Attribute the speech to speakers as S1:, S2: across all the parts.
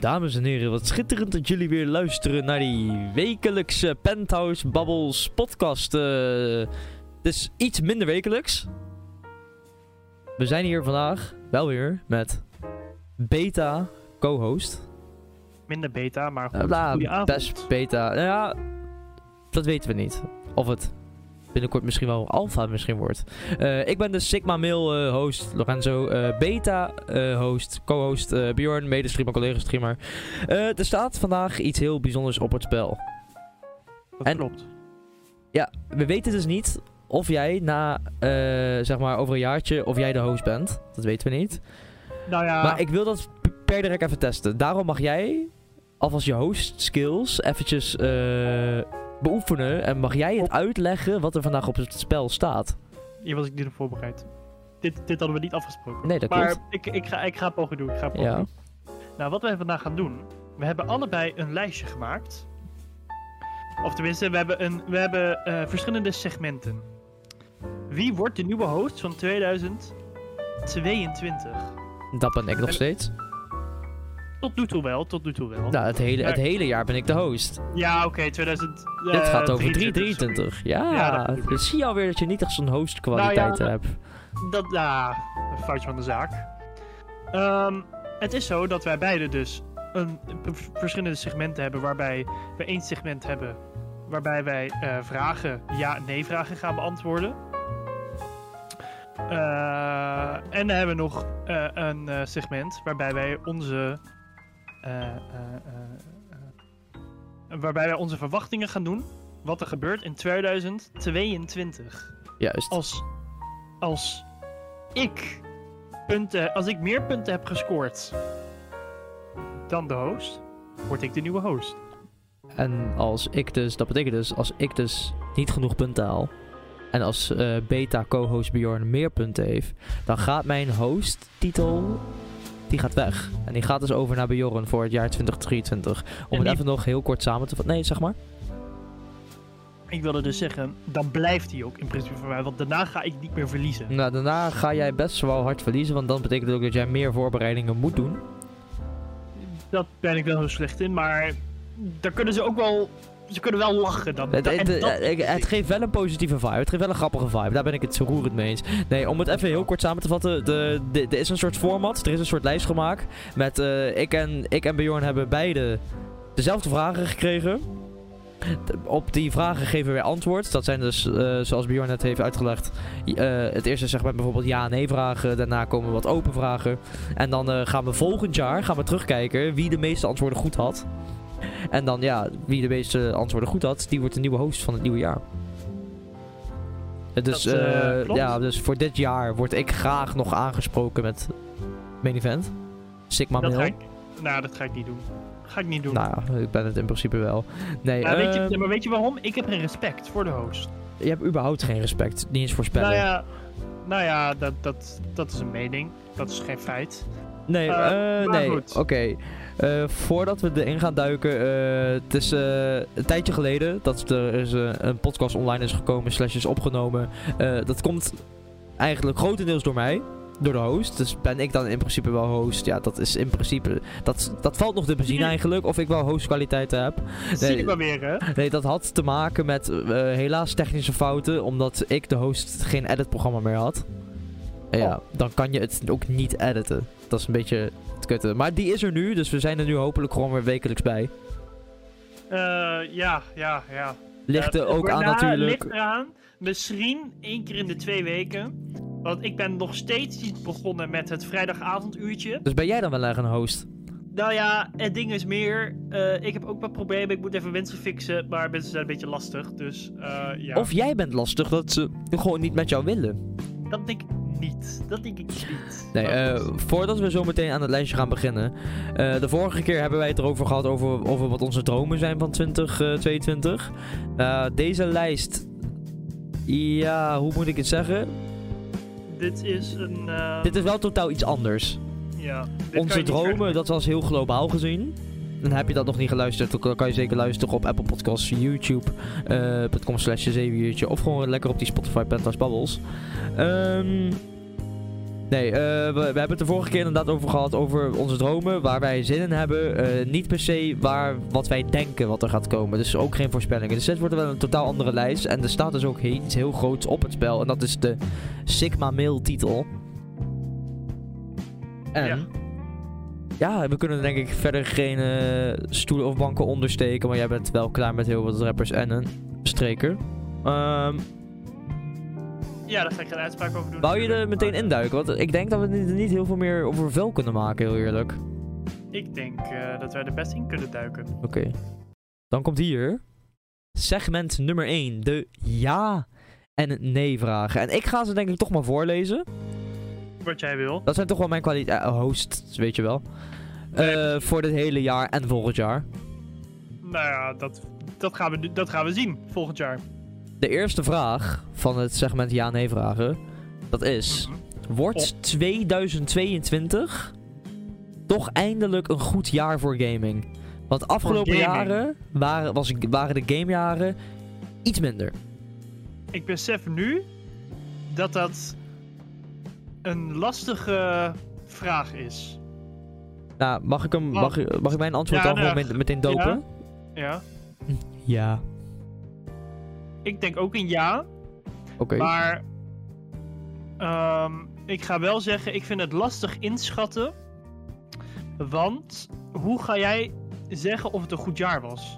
S1: Dames en heren, wat schitterend dat jullie weer luisteren naar die wekelijkse Penthouse Bubbles podcast. Eh, Het is iets minder wekelijks. We zijn hier vandaag wel weer met beta co-host.
S2: Minder beta, maar
S1: Eh,
S2: goed.
S1: nou,
S2: Goedenavond.
S1: best beta. Nou ja, dat weten we niet. Of het binnenkort misschien wel alpha misschien wordt. Eh, ik ben de Sigma Mail eh, host Lorenzo. eh, beta eh, host, co-host eh, Bjorn, medestreamer, collega streamer. Eh, er staat vandaag iets heel bijzonders op het spel.
S2: dat
S1: en-
S2: klopt.
S1: We weten dus niet of jij na, eh, zeg maar, over een jaartje, of jij de host bent. Dat weten we niet.
S2: Nou ja,
S1: Maar ik wil dat p- per direct even testen. Daarom mag jij alvast je host skills eventjes eh, beoefenen. En mag jij het uitleggen wat er vandaag op het spel staat.
S2: hier was ik niet op voorbereid. Dit, dit hadden we niet afgesproken.
S1: Nee, dat
S2: maar
S1: klopt.
S2: ik, ik ga, ik ga het poging doen. Ik ga het poging
S1: Ja.
S2: doen. Nou, wat wij vandaag gaan doen. We hebben allebei een lijstje gemaakt. Of tenminste, we hebben, een, we hebben eh, verschillende segmenten. Wie wordt de nieuwe host van 2022?
S1: Dat ben ik nog steeds.
S2: Tot nu toe wel, tot nu toe wel.
S1: Nou, het hele, het hele jaar ben ik de host.
S2: Ja, oké, eh, 2023.
S1: Dit gaat over 323.
S2: Ja,
S1: Ja,
S2: dat
S1: ik
S2: bedoel ik.
S1: zie alweer dat je niet echt zo'n hostkwaliteit
S2: Nou ja.
S1: hebt.
S2: Dat, ja, een foutje van de zaak. Ehm, het is zo dat wij beide dus een, v- verschillende segmenten hebben waarbij we één segment hebben waarbij wij eh, vragen, ja-nee vragen gaan beantwoorden. Eh, en dan hebben we nog eh, een eh, segment waarbij wij onze eh, eh, eh, eh, waarbij wij onze verwachtingen gaan doen wat er gebeurt in 2022
S1: Juist.
S2: als, als ik punten, als ik meer punten heb gescoord dan de host, word ik de nieuwe host.
S1: En als ik dus, dat betekent dus, als ik dus niet genoeg punten haal. En als eh, beta co-host Bjorn meer punten heeft, dan gaat mijn host-titel, die gaat weg. En die gaat dus over naar Bjorn voor het jaar 2023. Om
S2: En
S1: het
S2: die-
S1: even nog heel kort samen te vatten. Nee, zeg maar.
S2: Ik wilde dus zeggen, dan blijft hij ook in principe voor mij, want daarna ga ik niet meer verliezen.
S1: Nou, daarna ga jij best wel hard verliezen, want dan betekent het ook dat jij meer voorbereidingen moet doen.
S2: Dat ben ik wel heel slecht in, maar daar kunnen ze ook wel, ze kunnen wel lachen dan.
S1: Het,
S2: en
S1: het,
S2: dat-
S1: het- het geeft wel een positieve vibe. Het geeft wel een grappige vibe. Daar ben ik het zo roerend mee eens. Nee, om het even heel kort samen te vatten. de- de- Er is een soort format. Er is een soort lijst gemaakt. Met eh, ik, en, ik en Bjorn hebben beide dezelfde vragen gekregen. T- Op die vragen geven we antwoord. Dat zijn dus, eh, zoals Bjorn net heeft uitgelegd, j- eh, het eerste segment bijvoorbeeld ja-nee vragen. Daarna komen wat open vragen. En dan eh, gaan we volgend jaar gaan we terugkijken wie de meeste antwoorden goed had. En dan ja, wie de meeste antwoorden goed had, die wordt de nieuwe host van het nieuwe jaar. Eh, Dus,
S2: Dat, eh,
S1: eh,
S2: klopt.
S1: ja, dus voor dit jaar word ik graag nog aangesproken met main event. Sigma
S2: dat
S1: Mail.
S2: ga ik, nou, dat ga ik niet doen. Ga ik niet doen.
S1: Nou ja, ik ben het in principe wel. Nee,
S2: maar, weet
S1: ehm,
S2: je, maar weet je waarom? Ik heb geen respect voor de host.
S1: je hebt überhaupt geen respect. Niet eens voor spellen.
S2: Nou ja, nou ja dat, dat, dat is een mening. Dat is geen feit.
S1: Nee,
S2: Eh,
S1: eh,
S2: maar
S1: nee.
S2: goed.
S1: Oké. Eh, voordat we erin gaan duiken, eh, het is eh, een tijdje geleden dat er is, eh, een podcast online is gekomen, slash is opgenomen. Eh, dat komt eigenlijk grotendeels door mij, door de host. Dus ben ik dan in principe wel host. Ja, dat is in principe, dat, dat valt nog te bezien eigenlijk, of ik wel hostkwaliteiten heb.
S2: Dat
S1: Nee.
S2: zie ik wel weer, hè?
S1: Nee, dat had te maken met eh, helaas technische fouten, omdat ik de host geen editprogramma meer had. En ja,
S2: Oh.
S1: dan kan je het ook niet editen. Dat is een beetje het kutte. Maar die is er nu, dus we zijn er nu hopelijk gewoon weer wekelijks bij.
S2: Eh, ja, ja, ja.
S1: Ligt
S2: Eh,
S1: er ook aan
S2: daarna
S1: natuurlijk.
S2: Ligt eraan. Misschien één keer in de twee weken. Want ik ben nog steeds niet begonnen met het vrijdagavonduurtje.
S1: Dus ben jij dan wel echt een host?
S2: Nou ja, het ding is meer. eh, ik heb ook wat problemen. Ik moet even mensen fixen. Maar mensen zijn een beetje lastig. Dus eh, ja.
S1: Of jij bent lastig dat ze gewoon niet met jou willen.
S2: Dat denk ik niet. Dat denk ik niet.
S1: Nee,
S2: Maar
S1: eh,
S2: goed.
S1: voordat we zo meteen aan het lijstje gaan beginnen. eh, de vorige keer hebben wij het erover gehad over, over wat onze dromen zijn van 2022. Eh, deze lijst. Ja, hoe moet ik het zeggen?
S2: dit is een. eh,
S1: Dit is wel totaal iets anders.
S2: ja, dit kan je
S1: Onze
S2: niet
S1: dromen, dat was heel globaal gezien. Dan heb je dat nog niet geluisterd, dan kan je zeker luisteren op Apple Podcasts, eh, YouTube.com slash zeewiertje. Of gewoon lekker op die Spotify Penthouse Bubbles. Ehm, Nee, eh, we, we hebben het de vorige keer inderdaad over gehad. Over onze dromen, waar wij zin in hebben. eh, niet per se waar, wat wij denken wat er gaat komen. Dus ook geen voorspellingen. Dus dit wordt wel een totaal andere lijst. En er staat dus ook he- iets heel groots op het spel. En dat is de Sigma Mail titel. En...
S2: Ja.
S1: Ja. we kunnen denk ik verder geen eh, stoelen of banken ondersteken. Maar jij bent wel klaar met heel wat rappers en een streker. Ehm,
S2: Ja, daar ga ik geen uitspraak over doen.
S1: wou je er
S2: natuurlijk,
S1: meteen induiken? Want ik denk dat we er niet- niet heel veel meer over vel kunnen maken, heel eerlijk.
S2: maar Ik denk eh, dat wij er best in kunnen duiken.
S1: Oké. Dan komt hier segment nummer 1, de ja en nee vragen. En ik ga ze denk ik toch maar voorlezen.
S2: Wat jij wil.
S1: Dat zijn toch wel mijn kwaliteit hosts, weet je wel. Eh, voor dit hele jaar en volgend jaar.
S2: Nou ja, dat, dat, gaan, we, nu- dat gaan we zien volgend jaar.
S1: De eerste vraag van het segment ja en nee vragen, dat is...
S2: Mhm.
S1: Wordt 2022 toch eindelijk een goed jaar voor gaming? Want afgelopen
S2: gaming.
S1: jaren waren, was, waren de gamejaren iets minder.
S2: Ik besef nu dat dat een lastige vraag is.
S1: Nou, mag ik, hem,
S2: Oh.
S1: mag, ik- mag ik mijn antwoord
S2: Ja,
S1: dan gewoon
S2: dag.
S1: met- meteen dopen?
S2: Ja.
S1: Ja.
S2: Ik denk ook een ja,
S1: Oké.
S2: maar ehm, ik ga wel zeggen, ik vind het lastig inschatten. Want hoe ga jij zeggen of het een goed jaar was?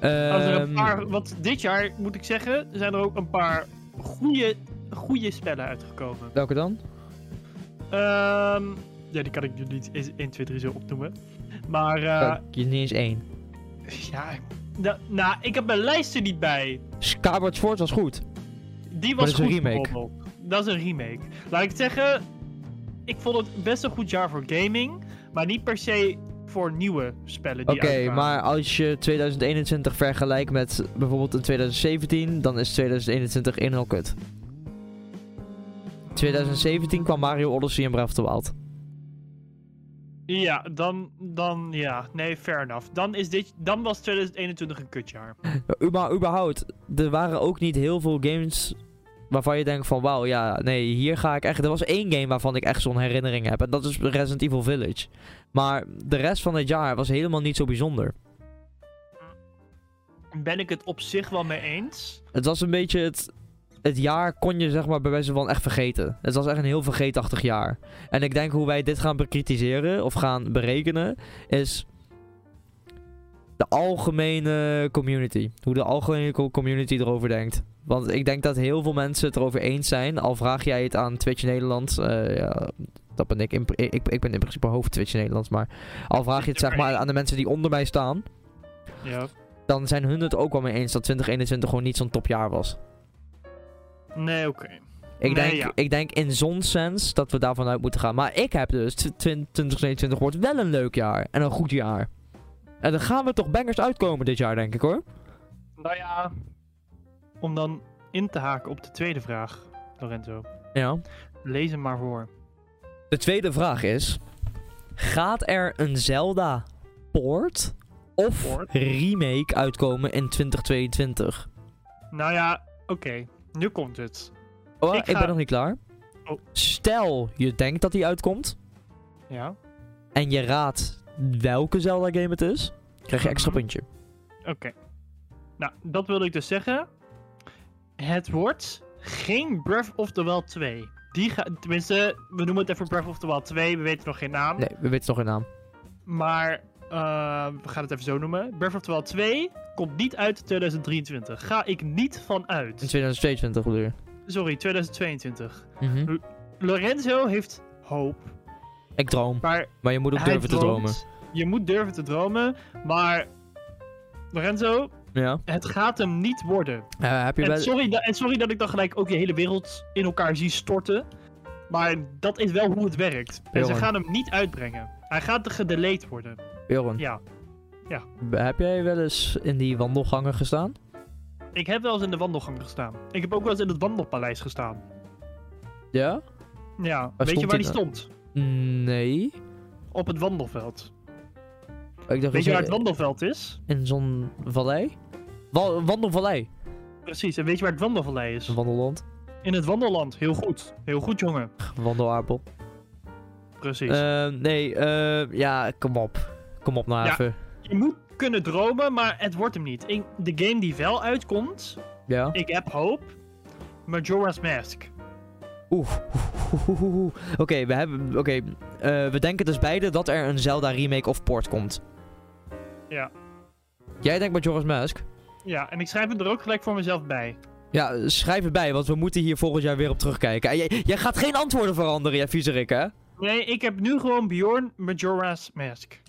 S2: Als er een
S1: Ehm,
S2: paar, want dit jaar moet ik zeggen, zijn er ook een paar goede, goede spellen uitgekomen.
S1: Welke dan?
S2: Ehm, ja, die kan ik nu niet eens 1, 2, 3 zo opnoemen. Maar eh,
S1: Oh, je- niet eens één.
S2: ja, ik- nou, nou, ik heb mijn lijst er niet bij.
S1: Skyward Sword was goed.
S2: Die
S1: Maar
S2: was
S1: dat is een
S2: goed
S1: remake.
S2: bijvoorbeeld. Dat is een remake. Laat ik het zeggen, ik vond het best een goed jaar voor gaming, maar niet per se voor nieuwe spellen die
S1: Oké,
S2: uitkwamen.
S1: maar als je 2021 vergelijkt met bijvoorbeeld een 2017, dan is 2021 in al kut. 2017 kwam Mario Odyssey en Breath of the Wild.
S2: Ja, dan, dan ja. Nee, fair enough. Dan, is dit, dan was 2021 een kutjaar.
S1: Uba- überhaupt, er waren ook niet heel veel games waarvan je denkt van wauw, ja, nee, hier ga ik echt... Er was één game waarvan ik echt zo'n herinnering heb en dat is Resident Evil Village. Maar de rest van het jaar was helemaal niet zo bijzonder.
S2: Ben ik het op zich wel mee eens?
S1: Het was een beetje het... Het jaar kon je zeg maar bij wijze van echt vergeten. Het was echt een heel vergeetachtig jaar. En ik denk hoe wij dit gaan bekritiseren of gaan berekenen is... De algemene community. Hoe de algemene co- community erover denkt. Want ik denk dat heel veel mensen het erover eens zijn. Al vraag jij het aan Twitch Nederland. eh, ja, dat ben ik, in, pri- ik. Ik ben in principe hoofd Twitch Nederland. Maar al vraag je het zeg maar aan de mensen die onder mij staan.
S2: Ja.
S1: Dan zijn hun het ook wel mee eens dat 2021 gewoon niet zo'n topjaar was.
S2: Nee, oké.
S1: Ik,
S2: Nee,
S1: denk,
S2: ja.
S1: ik denk in zo'n sens dat we daarvan uit moeten gaan. Maar ik heb dus, tw- twin- 2021 wordt wel een leuk jaar. En een goed jaar. En dan gaan we toch bangers uitkomen dit jaar, denk ik hoor.
S2: Nou ja. Om dan in te haken op de tweede vraag, Lorenzo.
S1: Ja.
S2: Lees hem maar voor.
S1: De tweede vraag is... Gaat er een Zelda port of
S2: Port?
S1: remake uitkomen in 2022?
S2: Nou ja, oké. Nu komt het.
S1: Oh,
S2: Ik
S1: ik,
S2: ga-
S1: ben nog niet klaar.
S2: Oh.
S1: Stel, je denkt dat die uitkomt.
S2: Ja.
S1: En je raadt welke Zelda game het is. Krijg je extra
S2: Mhm.
S1: puntje.
S2: Oké. Nou, dat wilde ik dus zeggen. Het wordt geen Breath of the Wild 2. Die ga, tenminste, we noemen het even Breath of the Wild 2. We weten nog geen naam.
S1: Nee, we weten nog geen naam.
S2: Maar eh, we gaan het even zo noemen. Breath of the Wild 2 komt niet uit in 2023. Ga ik niet van
S1: In
S2: uit.
S1: 2022 bedoel je.
S2: Sorry, 2022.
S1: Mhm.
S2: Lorenzo heeft hoop.
S1: Ik droom.
S2: Maar
S1: Maar je moet ook
S2: hij
S1: durven te dromen.
S2: droomt. Je moet durven te dromen. Maar Lorenzo,
S1: Ja.
S2: het gaat hem niet worden.
S1: Eh, heb je
S2: En
S1: wel...
S2: sorry, da- en sorry dat ik dan gelijk ook je hele wereld in elkaar zie storten. Maar dat is wel hoe het werkt. En ze
S1: Jongen.
S2: gaan hem niet uitbrengen. Hij gaat gedelayed worden.
S1: Joran,
S2: Ja.
S1: heb jij wel eens in die wandelgangen gestaan?
S2: Ik heb wel eens in de wandelgang gestaan. Ik heb ook wel eens in het wandelpaleis gestaan.
S1: Ja?
S2: Ja, weet
S1: stond
S2: je waar die
S1: hij
S2: stond?
S1: Nee.
S2: Op het wandelveld.
S1: Ik dacht
S2: Weet je waar het
S1: wel
S2: wandelveld is?
S1: in zo'n vallei? Wa- wandelvallei.
S2: Precies, en weet je waar het wandelvallei is?
S1: Een wandelland.
S2: in het wandelland. Heel goed. Heel goed, jongen.
S1: Wandelaarpel.
S2: Precies.
S1: Eh, nee, eh, ja, kom op. Kom op nou
S2: Ja.
S1: even.
S2: Je moet kunnen dromen, maar het wordt hem niet. Ik- de game die wel uitkomt,
S1: Ja.
S2: ik heb hoop. Majora's Mask.
S1: Oeh. oeh, oeh, oeh, oeh. Oké, we hebben. Oké. eh, we denken dus beide dat er een Zelda remake of port komt.
S2: Ja.
S1: Jij denkt Majora's Mask?
S2: Ja, en ik schrijf het er ook gelijk voor mezelf bij.
S1: Ja, schrijf het bij, want we moeten hier volgend jaar weer op terugkijken. En Jij, jij gaat geen antwoorden veranderen, jij viezerik, hè? Oké.
S2: Nee, ik heb nu gewoon Bjorn Majora's Mask.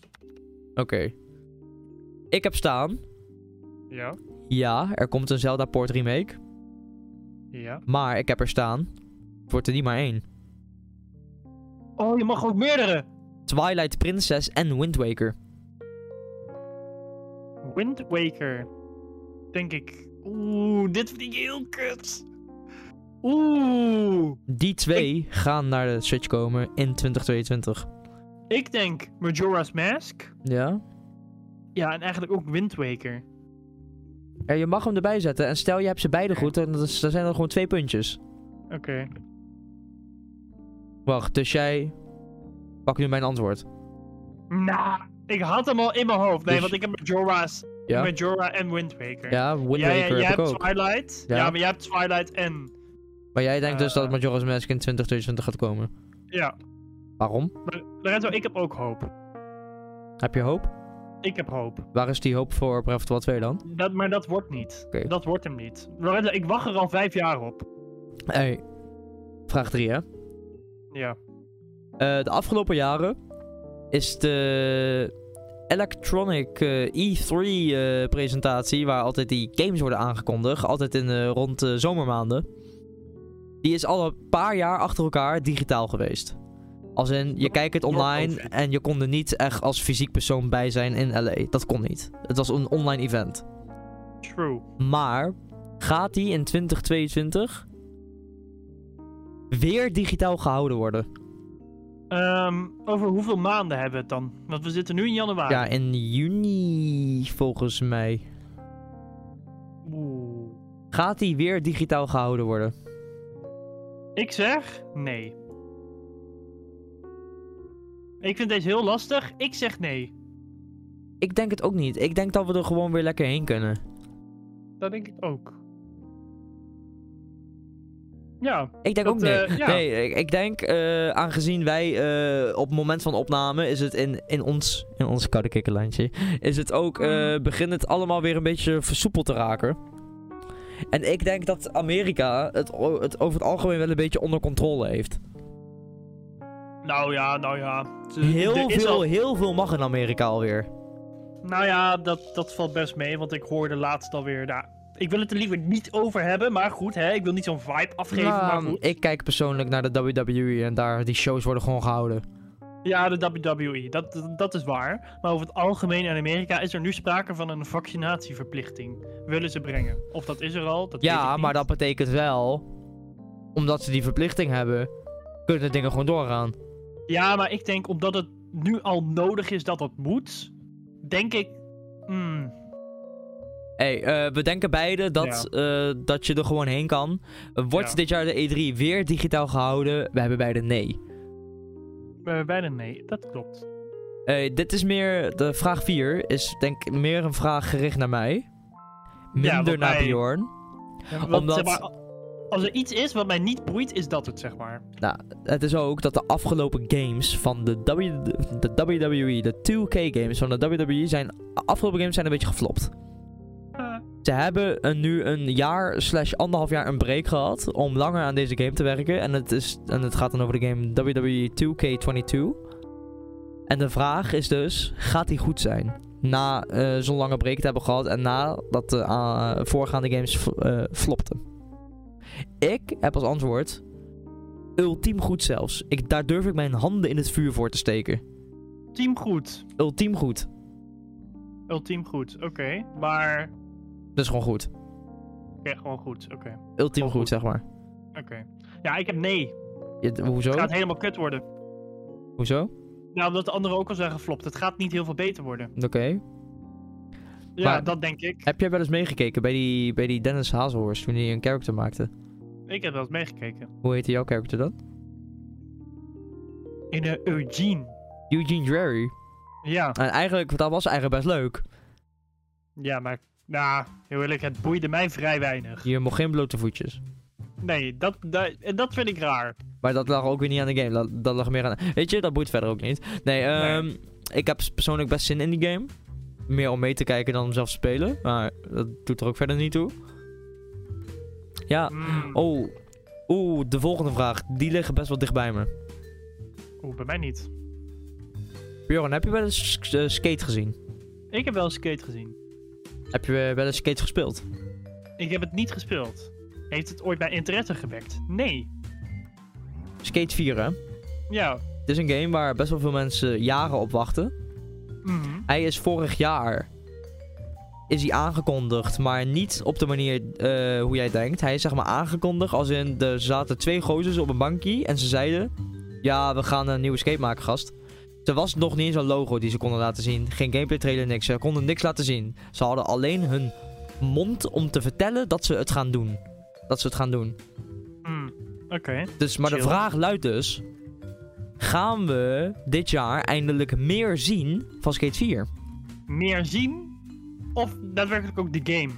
S1: Ik heb staan.
S2: Ja.
S1: Ja, er komt een Zelda port remake.
S2: Ja.
S1: Maar ik heb er staan. Het wordt er niet maar één.
S2: Oh, je mag ook meerdere.
S1: Twilight Princess en Wind Waker.
S2: Wind Waker. Denk ik. Oeh, dit vind ik heel kut. Oeh.
S1: Die twee gaan naar de Switch komen in 2022.
S2: Ik denk Majora's Mask.
S1: Ja?
S2: Ja, en eigenlijk ook Wind Waker.
S1: Ja, je mag hem erbij zetten. En stel je hebt ze beide goed, dan, is- dan zijn er gewoon twee puntjes.
S2: Oké.
S1: Wacht, dus jij. Pak nu mijn antwoord.
S2: Nou, ik had hem al in mijn hoofd. Nee,
S1: Dus-
S2: want ik heb Majora's.
S1: Ja?
S2: Majora en Wind Waker.
S1: Ja, Wind
S2: Jij-
S1: Waker
S2: jij
S1: heb ik
S2: hebt
S1: ook.
S2: Twilight.
S1: Ja.
S2: Ja. maar jij hebt Twilight en.
S1: Maar jij denkt dus
S2: Eh.
S1: dat Majora's Mask in 2022 gaat komen.
S2: Ja.
S1: Waarom?
S2: Maar Lorenzo, ik heb ook hoop.
S1: Heb je hoop?
S2: Ik heb hoop.
S1: Waar is die hoop voor Breath of the Wild 2 dan?
S2: Dat, maar dat wordt niet.
S1: Oké.
S2: Dat wordt hem niet. Lorenzo, ik wacht er al vijf jaar op.
S1: Hey, vraag 3 hè.
S2: Ja.
S1: Eh, de afgelopen jaren is de Electronic eh, E3 eh, presentatie, waar altijd die games worden aangekondigd, altijd in, eh, rond de zomermaanden. Die is al een paar jaar achter elkaar digitaal geweest. Als in, je kijkt het online
S2: COVID.
S1: en je kon er niet echt als fysiek persoon bij zijn in LA. Dat kon niet. Het was een online event.
S2: True.
S1: Maar gaat die in 2022 weer digitaal gehouden worden?
S2: Ehm, over hoeveel maanden hebben we het dan? Want we zitten nu in januari.
S1: Ja, in juni volgens mij.
S2: Oeh.
S1: Gaat die weer digitaal gehouden worden?
S2: Ik zeg nee. Ik vind deze heel lastig. Ik zeg nee.
S1: Ik denk het ook niet. Ik denk dat we er gewoon weer lekker heen kunnen.
S2: Dat denk ik ook. Ja,
S1: Ik denk
S2: Dat,
S1: ook nee.
S2: eh, ja.
S1: Nee, ik, ik denk, eh, aangezien wij eh, op het moment van opname, is het in, in ons, in ons koude kikkerlandje, is het ook,
S2: Mm.
S1: eh begint het allemaal weer een beetje versoepeld te raken. En ik denk dat Amerika het, o- het over het algemeen wel een beetje onder controle heeft.
S2: nou ja, nou ja. Ze-
S1: Heel
S2: er is
S1: veel,
S2: al-
S1: heel veel mag in Amerika alweer.
S2: Nou ja, dat, dat valt best mee, want ik hoorde laatst alweer... Nou, ik wil het er liever niet over hebben, maar goed, hè. Ik wil niet zo'n vibe afgeven, maar
S1: Nou,
S2: goed.
S1: ik kijk persoonlijk naar de WWE en daar die shows worden gewoon gehouden.
S2: Ja, de WWE, dat, dat, dat is waar. Maar over het algemeen in Amerika is er nu sprake van een vaccinatieverplichting. Willen ze brengen. Of dat is er al, dat weet ik
S1: Ja,
S2: niet.
S1: maar dat betekent wel, omdat ze die verplichting hebben, kunnen dingen gewoon doorgaan.
S2: Ja, maar ik denk omdat het nu al nodig is dat dat moet, denk ik... hmm,
S1: Hé, hey, eh, we denken beide dat, eh, dat je er gewoon heen kan. Wordt
S2: Ja.
S1: dit jaar de E3 weer digitaal gehouden? We hebben beide nee.
S2: eh, bijna nee, dat klopt.
S1: Eh, dit is meer, de vraag 4 is denk ik meer een vraag gericht naar mij. Minder
S2: want
S1: naar
S2: wij-
S1: Bjorn.
S2: Ja, want,
S1: Omdat-
S2: zeg maar, als er iets is wat mij niet boeit, is dat het, zeg maar.
S1: Het is ook dat de afgelopen games van de, w, de WWE, de 2K games van de WWE, zijn, afgelopen games zijn een beetje geflopt.
S2: Eh,
S1: Ze hebben een, nu een jaar slash anderhalf jaar een break gehad om langer aan deze game te werken. En het, is, en het gaat dan over de game E WWE 2K22. En de vraag is dus, gaat die goed zijn? Na eh, zo'n lange break te hebben gehad en nadat de ah, voorgaande games fl- eh, flopten. Ik heb als antwoord, ultiem goed zelfs. Ik, daar durf ik mijn handen in het vuur voor te steken.
S2: Team goed.
S1: Ultiem goed.
S2: Ultiem goed, oké. Maar...
S1: Dus gewoon goed.
S2: Oké, gewoon goed, oké.
S1: Ultiem
S2: Gewoon
S1: goed,
S2: goed.
S1: zeg maar.
S2: Oké. Ja, ik heb nee.
S1: Je- hoezo?
S2: Het gaat helemaal kut worden.
S1: Hoezo?
S2: Nou, omdat de anderen ook al zijn geflopt. Het gaat niet heel veel beter worden.
S1: Oké.
S2: Ja,
S1: Maar-
S2: dat denk ik.
S1: Heb jij wel eens meegekeken bij die, bij die Dennis Hazelhorst toen hij een character maakte?
S2: Ik heb wel eens meegekeken.
S1: Hoe heette jouw character dan?
S2: In eh, Eugene.
S1: Eugene Jerry.
S2: Ja,
S1: En eigenlijk, dat was eigenlijk best leuk.
S2: ja, maar nou, heel eerlijk, het boeide mij vrij weinig.
S1: Je mocht geen blote voetjes.
S2: Nee, dat, dat, en dat vind ik raar.
S1: Maar dat lag ook weer niet aan de game. Dat, dat lag meer aan. Weet je, dat boeit verder ook niet. Nee, ehm, ik heb persoonlijk best zin in die game. Meer om mee te kijken dan om zelf te spelen. Maar dat doet er ook verder niet toe. Ja.
S2: Mm.
S1: Oh. Oeh, de volgende vraag. Die liggen best wel dicht bij me.
S2: Oeh, bij mij niet.
S1: Bjorn, heb je wel eens sk- eh, skate gezien?
S2: Ik heb wel skate gezien.
S1: Heb je eh, wel eens skate gespeeld?
S2: Ik heb het niet gespeeld. Heeft het ooit bij interesse gewekt? Nee.
S1: Skate 4, hè?
S2: Ja.
S1: Het is een game waar best wel veel mensen jaren op wachten.
S2: Mhm.
S1: Hij is vorig jaar is hij aangekondigd, maar niet op de manier eh, hoe jij denkt. Hij is zeg maar aangekondigd als in er zaten twee gozers op een bankje en ze zeiden: "Ja, we gaan een nieuwe skate maken, gast." Er was nog niet eens een logo die ze konden laten zien. Geen gameplay trailer, niks. Ze konden niks laten zien. Ze hadden alleen hun mond om te vertellen dat ze het gaan doen. Dat ze het gaan doen.
S2: Mm. Oké.
S1: Dus, maar de
S2: Chill.
S1: vraag luidt dus: gaan we dit jaar eindelijk meer zien van Skate 4?
S2: Meer zien? Of daadwerkelijk ook de game?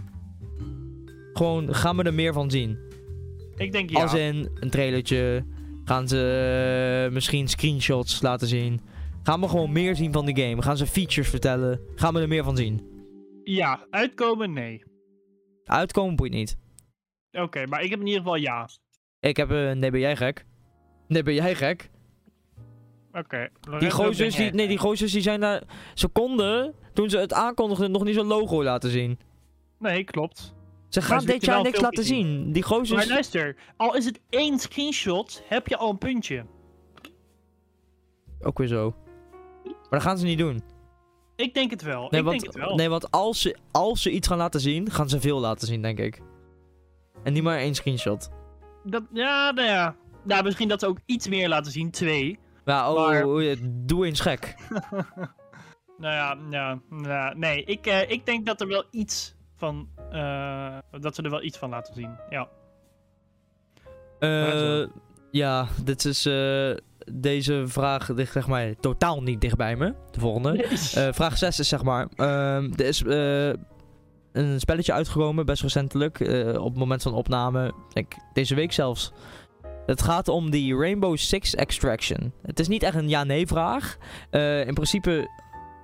S1: Gewoon gaan we er meer van zien?
S2: Ik denk ja.
S1: Als in een trailertje. Gaan ze eh, misschien screenshots laten zien. Gaan we gewoon meer zien van de game. Gaan ze features vertellen. Gaan we er meer van zien.
S2: Ja, uitkomen? Nee.
S1: Uitkomen boeit niet.
S2: Oké, maar ik heb in ieder geval ja.
S1: Ik heb een... nee, ben jij gek? Nee, ben jij gek?
S2: Oké.
S1: Die
S2: Lorenzo, ben
S1: gozers, die,
S2: jij.
S1: nee, die gozers die zijn daar... Ze konden, toen ze het aankondigden, nog niet zo'n logo laten zien.
S2: Nee, klopt.
S1: Ze gaan
S2: ze
S1: dit
S2: lieten
S1: jaar
S2: wel
S1: niks
S2: filmpjes
S1: laten zien. Die
S2: Maar
S1: gozers...
S2: luister, al is het één screenshot, heb je al een puntje.
S1: Ook weer zo. Maar dat gaan ze niet doen.
S2: Ik denk het wel.
S1: Nee,
S2: ik
S1: want,
S2: denk het wel.
S1: Nee, want als ze, als ze iets gaan laten zien, gaan ze veel laten zien, denk ik. En niet maar één screenshot.
S2: Dat, ja, nou ja. Nou, misschien dat ze ook iets meer laten zien. Twee.
S1: Ja, oh,
S2: Maar-
S1: oh, ja, doe eens gek.
S2: Nou ja, nou, nou, nee. Ik, eh, ik denk dat er wel iets van... eh, dat ze er wel iets van laten zien. Ja.
S1: Eh,
S2: zo.
S1: ja, dit is, eh, deze vraag ligt zeg maar totaal niet dicht bij me. De volgende. Eh, vraag 6 is zeg maar, ehm, er is eh, een spelletje uitgekomen, best recentelijk, eh, op het moment van opname, denk ik, deze week zelfs. Het gaat om die Rainbow Six Extraction. Het is niet echt een ja-nee vraag. Eh, in principe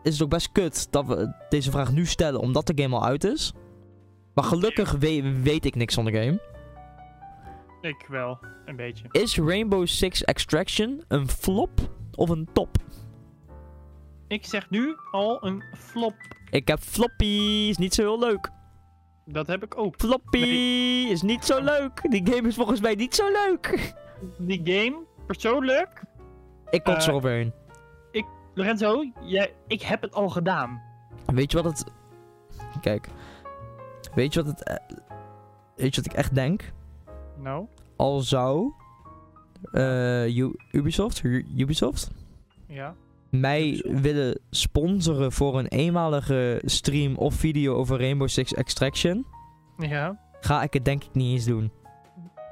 S1: is het ook best kut dat we deze vraag nu stellen, omdat de game al uit is. Maar gelukkig we- weet ik niks van de game.
S2: ik wel. Een beetje.
S1: Is Rainbow Six Extraction een flop of een top?
S2: Ik zeg nu al een flop.
S1: Ik heb floppies, niet zo heel leuk.
S2: Dat heb ik ook.
S1: Floppy is niet zo leuk. Die game is volgens mij niet zo leuk.
S2: Die game, persoonlijk...
S1: Ik
S2: Eh.
S1: kots er overheen.
S2: Lorenzo, jij, ik heb het al gedaan.
S1: Weet je wat het... Kijk. Weet je wat het... eh, Weet je wat ik echt denk?
S2: Nou?
S1: Al zou... eh, U- Ubisoft? U- Ubisoft?
S2: Ja.
S1: mij
S2: Ubisoft.
S1: willen sponsoren voor een eenmalige stream of video over Rainbow Six Extraction,
S2: Ja.
S1: ga ik het denk ik niet eens doen.